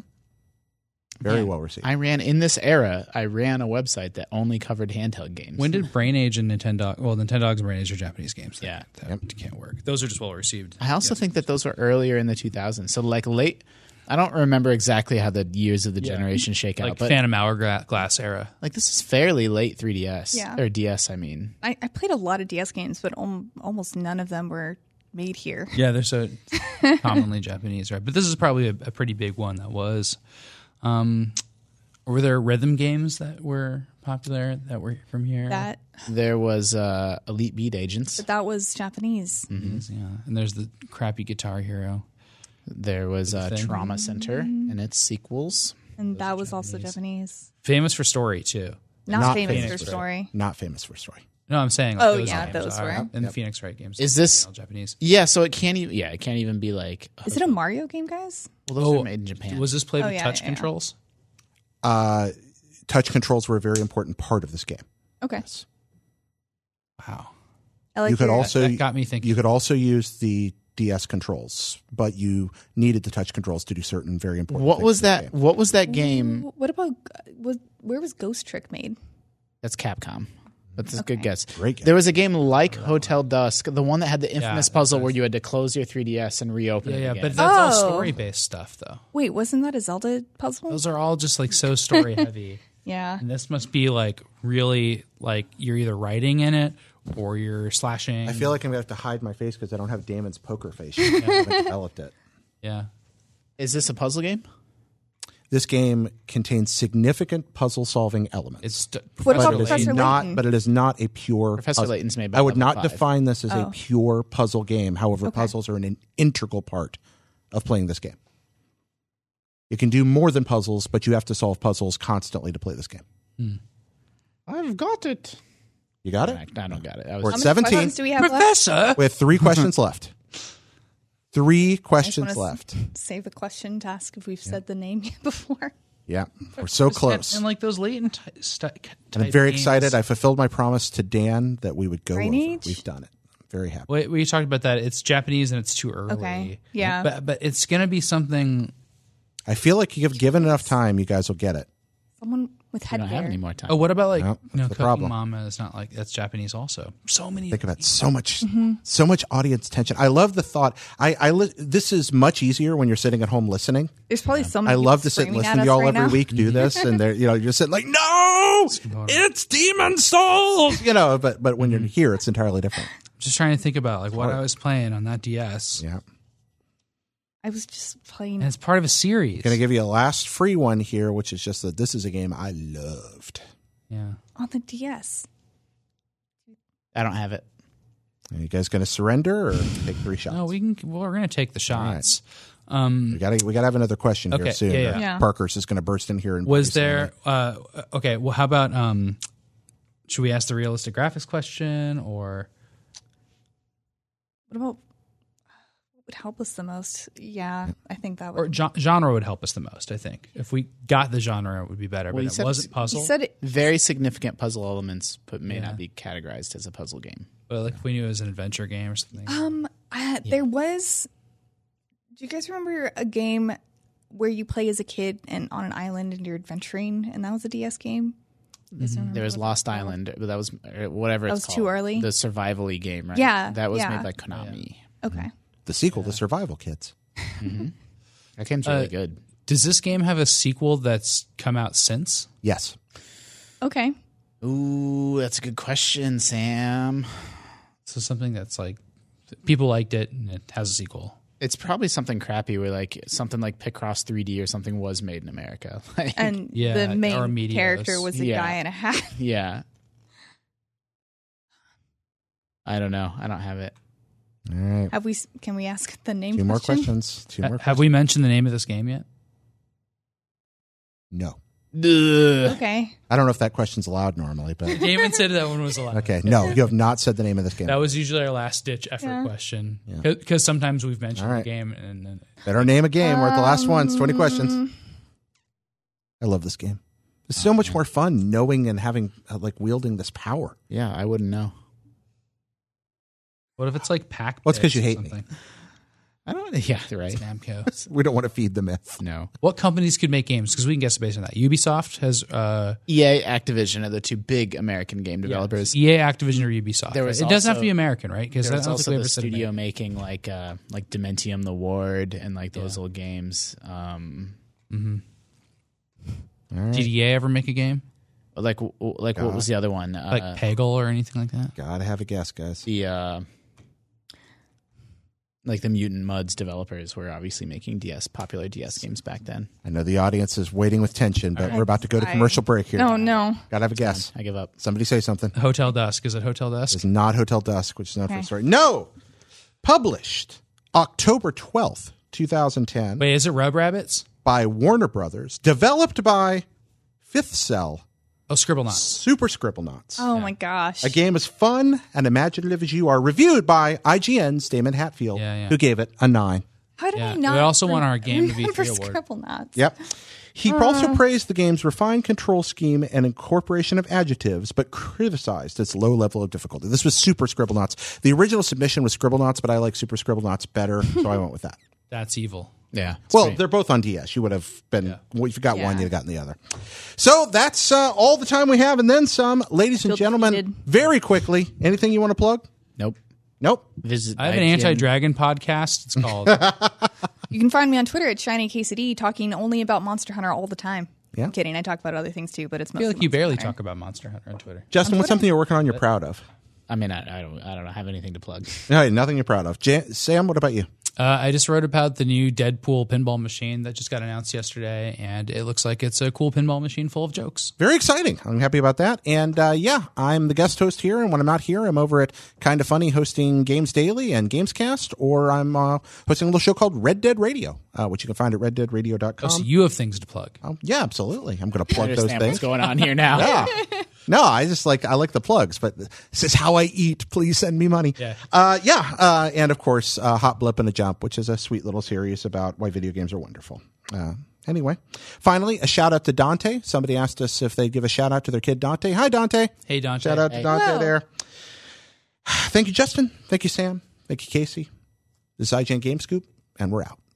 S2: Very well received.
S5: I ran in this era. I ran a website that only covered handheld games.
S3: When did Brain Age and Nintendo? Well, Nintendo's Brain Age are Japanese games. That,
S5: Yeah.
S3: that can't work. Those are just well received.
S5: I also think that those were earlier in the 2000s. So like late, I don't remember exactly how the years of the generation shake
S3: Like
S5: out, but
S3: Phantom Hourglass era.
S5: like this is fairly late 3DS
S4: Yeah.
S5: or DS. I mean,
S4: I, I played a lot of DS games, but om- almost none of them were made here.
S3: Yeah, they're so commonly Japanese, right? But this is probably a, a pretty big one that was. Um, were there rhythm games that were popular that were from here?
S4: That
S5: there was uh, Elite Beat Agents.
S4: that was Japanese.
S3: Mm. Mm-hmm. Yeah, and there's the crappy Guitar Hero.
S5: There was uh, Trauma Center
S4: Mm-hmm.
S5: and its sequels.
S4: And that was also Japanese.
S3: Famous for story too.
S4: Not,
S2: Not
S4: famous,
S2: famous
S4: for story.
S2: Not famous for story.
S3: No, I'm saying. Like,
S4: Oh,
S3: those
S4: yeah,
S3: games
S4: those
S3: are,
S4: were.
S3: and the Phoenix Wright games.
S5: Is this-
S3: all Japanese?
S5: Yeah, so it can't even. Yeah, it can't even be like.
S4: Is it a Mario game, guys?
S5: Well, those are made in Japan.
S3: Oh, Was this played
S4: Oh,
S3: with
S4: yeah,
S3: touch
S4: yeah, yeah.
S3: controls?
S2: Uh, touch controls were a very important part of this game.
S4: Okay.
S3: Wow,
S4: I like
S2: you could
S4: your-
S2: also
S3: that got me thinking.
S2: you could also use the DS controls, but you needed the touch controls to do certain very important.
S5: what
S2: things
S5: was
S2: in the
S5: that?
S2: game.
S5: What was that game?
S4: Wh- What about was where was Ghost Trick made?
S5: That's Capcom. That's a good guess.
S2: Great guess.
S5: There was a game like Hotel Dusk, the one that had the infamous
S3: that
S5: puzzle where you had to close your 3DS and reopen
S3: yeah,
S5: it.
S3: yeah,
S5: again.
S3: but that's all
S4: Oh.
S3: story based stuff though.
S4: Wait, wasn't that a Zelda puzzle?
S3: Those are all just like so story heavy.
S4: yeah.
S3: And this must be like really like you're either writing in it or you're slashing.
S2: I feel like I'm gonna have to hide my face because I don't have Damon's poker face. yet. I haven't developed it.
S3: yeah.
S5: Is this a puzzle game?
S2: This game contains significant puzzle solving elements.
S3: It's st-
S2: but
S4: What about
S2: it is
S4: Professor
S2: not,
S4: Layton?
S2: but it is not a pure.
S5: Professor
S2: puzzle.
S5: Layton's made by
S2: I would not
S5: Level Five.
S2: define this as
S4: Oh.
S2: a pure puzzle game. However, puzzles are an integral part of playing this game. You can do more than puzzles, but you have to solve puzzles constantly to play this game.
S5: I've got it.
S2: You got it.
S5: I don't got it. I
S2: We're
S5: was
S2: at
S4: How many
S2: seventeen.
S4: questions do we have left?
S3: Professor.
S2: We have three questions left. Three questions
S4: wanna s-
S2: left.
S4: Save a question to ask if we've said the name before.
S2: Yeah, we're so close.
S3: And
S2: And
S3: like those latent ty- sti- type
S2: I'm very
S3: games.
S2: excited. I fulfilled my promise to Dan that we would go
S4: Brain
S2: over.
S4: Age?
S2: We've done it. I'm very happy.
S3: Wait, we talked about that. It's Japanese and it's too early.
S4: Okay. Yeah.
S3: But but it's gonna be something.
S2: I feel like you've given enough time, you guys will get it.
S4: Someone with
S5: I don't have
S4: headgear.
S5: any more time.
S3: Oh, what about like
S2: No, that's
S3: no
S2: the
S3: cooking
S2: problem.
S3: mama is not like that's Japanese also. So many.
S2: think about
S3: Mm-hmm.
S2: so much so much audience tension i love the thought i i li- this is much easier when you're sitting at home listening
S4: There's probably so many.
S2: i love
S4: people
S2: to sit and
S4: screaming
S2: listen
S4: at
S2: to y'all
S4: us right
S2: every
S4: now.
S2: week do this and they're you know you're sitting like no it's demon souls you know but but when you're
S3: Mm-hmm.
S2: here it's entirely different
S3: Just trying to think about like what I was playing on that DS.
S2: yeah
S4: I was just playing.
S3: And it's part of a series.
S2: gonna give you a last free one here which is just that this is a game i loved
S3: yeah.
S4: on the DS.
S5: I don't have it.
S2: are you guys gonna surrender or take three shots
S3: No, Oh, we can. Well, we're gonna take the
S2: right.
S3: shots. Um,
S2: We gotta we gotta have another question
S3: Okay,
S2: here soon.
S3: yeah, yeah.
S2: or
S4: Yeah.
S2: Parker's is gonna burst in here and
S3: was
S2: say
S3: there uh okay well how about um should we ask the realistic graphics question or
S4: What about what would help us the most? Yeah, I think that
S3: or
S4: would.
S3: gen- genre would help us the most i think if we got the genre it would be better
S5: Well, you
S3: but it
S5: said-
S3: wasn't puzzle
S4: He said it.
S5: Very significant puzzle elements, but may
S3: Yeah.
S5: not be categorized as a puzzle game.
S3: but like if we knew it was an adventure game or something
S5: Uh,
S4: Um, I, there was. Do you guys remember a game where you play as a kid and on an island and you're adventuring, and that was a DS game? You guys remember
S5: There was
S4: what-
S5: Lost Island, but that was uh, whatever.
S4: That
S5: it's
S4: was too
S5: called.
S4: early?
S5: The survivally game, right?
S4: Yeah,
S5: that was
S4: yeah.
S5: made by Konami.
S2: Mm-hmm.
S4: Okay.
S2: the sequel, The Survival Kids.
S5: That game's really
S3: Uh,
S5: good.
S3: does this game have a sequel that's come out since
S2: Yes.
S4: Okay.
S5: Ooh, that's a good question, Sam.
S3: so something that's like people liked it and it has a sequel
S5: It's probably something crappy where like something like Picross 3D or something was made in America. Like,
S4: And
S3: Yeah,
S4: the
S3: our
S4: main
S3: media
S4: character
S3: was-
S4: was a
S5: Yeah.
S4: guy in a hat.
S5: yeah. I don't know. I don't have it.
S2: All right.
S4: Have we? s- Can we ask the name?
S2: Two more
S4: question?
S2: questions. Two
S3: Ha-
S2: more.
S3: have we mentioned the name of this game yet
S2: No.
S5: Ugh.
S4: Okay.
S2: I don't know if that question's allowed normally, but
S3: damon said that one was a lot
S2: okay. No, you have not said the name of this game.
S3: that was usually our last ditch effort
S4: Yeah.
S3: question
S2: Yeah.
S3: because sometimes we've mentioned
S2: All right.
S3: the game and then
S2: Better name a game. We're at the last one. It's 20 questions.
S4: Um,
S2: I love this game. It's so much more fun knowing and having, uh, like, wielding this power.
S5: Yeah, I wouldn't know.
S3: What if it's like pack?
S2: Well, it's 'cause
S3: Picks
S2: you
S3: or
S2: hate me.
S3: something?
S5: I don't. Yeah, right.
S3: Namco.
S2: We don't want to feed the myth.
S5: No.
S3: what companies could make games? Because we can guess based on that. Ubisoft has uh,
S5: EA, E Activision are the two big American game developers.
S3: EA, E Activision, or Ubisoft.
S5: There
S3: right?
S5: was
S3: it doesn't have to
S5: also-
S3: be American, right? Because
S5: There's
S3: that's
S5: also
S3: also
S5: the
S3: ever said
S5: studio
S3: American.
S5: making like uh, like Dementium, The Ward, and like those old games. Um,
S3: DDA ever make E a game
S5: like w- w- like what was the other one? Uh,
S3: like Peggle or anything like that?
S2: Gotta have a guess, guys.
S5: the uh, like the Mutant Muds developers were obviously making DS popular DS games back then.
S2: I know the audience is waiting with tension, but we're about to go to commercial break here.
S4: No, oh, no.
S2: Gotta have a guess.
S5: I give up.
S2: Somebody say something.
S3: Hotel Dusk is it Hotel Dusk?
S2: It's not Hotel Dusk, which is not from story. No, published October twelfth, two thousand ten,
S3: Wait, is it Rub Rabbits?
S2: by Warner Brothers, developed by Fifth Cell,
S3: Oh, Scribble Knots.
S2: Super Scribblenauts.
S4: Oh my gosh.
S2: A game as fun and imaginative as you are, reviewed by IGN's Damon Hatfield,
S3: Yeah, yeah.
S2: who gave it a nine.
S4: How did
S3: Yeah.
S4: I not?
S3: We also won our
S4: rem-
S3: Game of the
S4: remember
S3: Year award.
S4: Scribblenauts?
S2: Yep. He also praised the game's refined control scheme and incorporation of adjectives, but criticized its low level of difficulty. This was Super Scribblenauts. The original submission was Scribblenauts, but I like Super Scribblenauts better, so I went with that.
S3: That's evil.
S5: Yeah.
S2: well, they're both on DS. You would have been, well, if you got one,
S4: Yeah.
S2: you'd have gotten the other. So that's uh, all the time we have, and then some. Ladies and
S4: Feel
S2: gentlemen,
S4: defeated.
S2: very quickly, anything you want to plug?
S5: nope.
S2: Nope.
S5: Visit
S3: I have an
S5: IGN.
S3: anti dragon podcast. It's called
S4: You can find me on Twitter at Shiny KCD, talking only about Monster Hunter all the time.
S2: Yeah.
S4: I'm kidding. I talk about other things too, but it's
S3: I
S4: mostly
S3: feel like you
S4: Monster
S3: barely
S4: Hunter.
S3: talk about Monster Hunter on Twitter.
S2: Justin, what's something you're working on you're proud of?
S5: I mean, I, I don't. I don't have anything to plug.
S2: No, nothing you're proud of. Jan- Sam, what about you?
S3: Uh, I just wrote about the new Deadpool pinball machine that just got announced yesterday, and it looks like it's a cool pinball machine full of jokes.
S2: very exciting. I'm happy about that. And uh, yeah, I'm the guest host here. And when I'm not here, I'm over at Kind of Funny hosting Games Daily and Gamescast, or I'm uh, hosting a little show called Red Dead Radio, uh, which you can find at reddeadradio.com.
S3: Oh, So you have things to plug.
S2: Oh, yeah, absolutely. I'm going to
S5: I
S2: plug those
S5: understand
S2: things.
S5: what's going on here now.
S2: Yeah. No, I just like I like the plugs, but this is how I eat. Please send me money.
S3: Yeah.
S2: uh, yeah, uh, and of course, uh, Hot Blip and a Jump, which is a sweet little series about why video games are wonderful. Uh, anyway, finally, a shout out to Dante. Somebody asked us if they'd give a shout out to their kid Dante. Hi, Dante.
S3: Hey, Dante.
S2: Shout out to Dante
S4: Hello.
S2: there. Thank you, Justin. Thank you, Sam. Thank you, Casey. This is IGN Game Scoop, and we're out.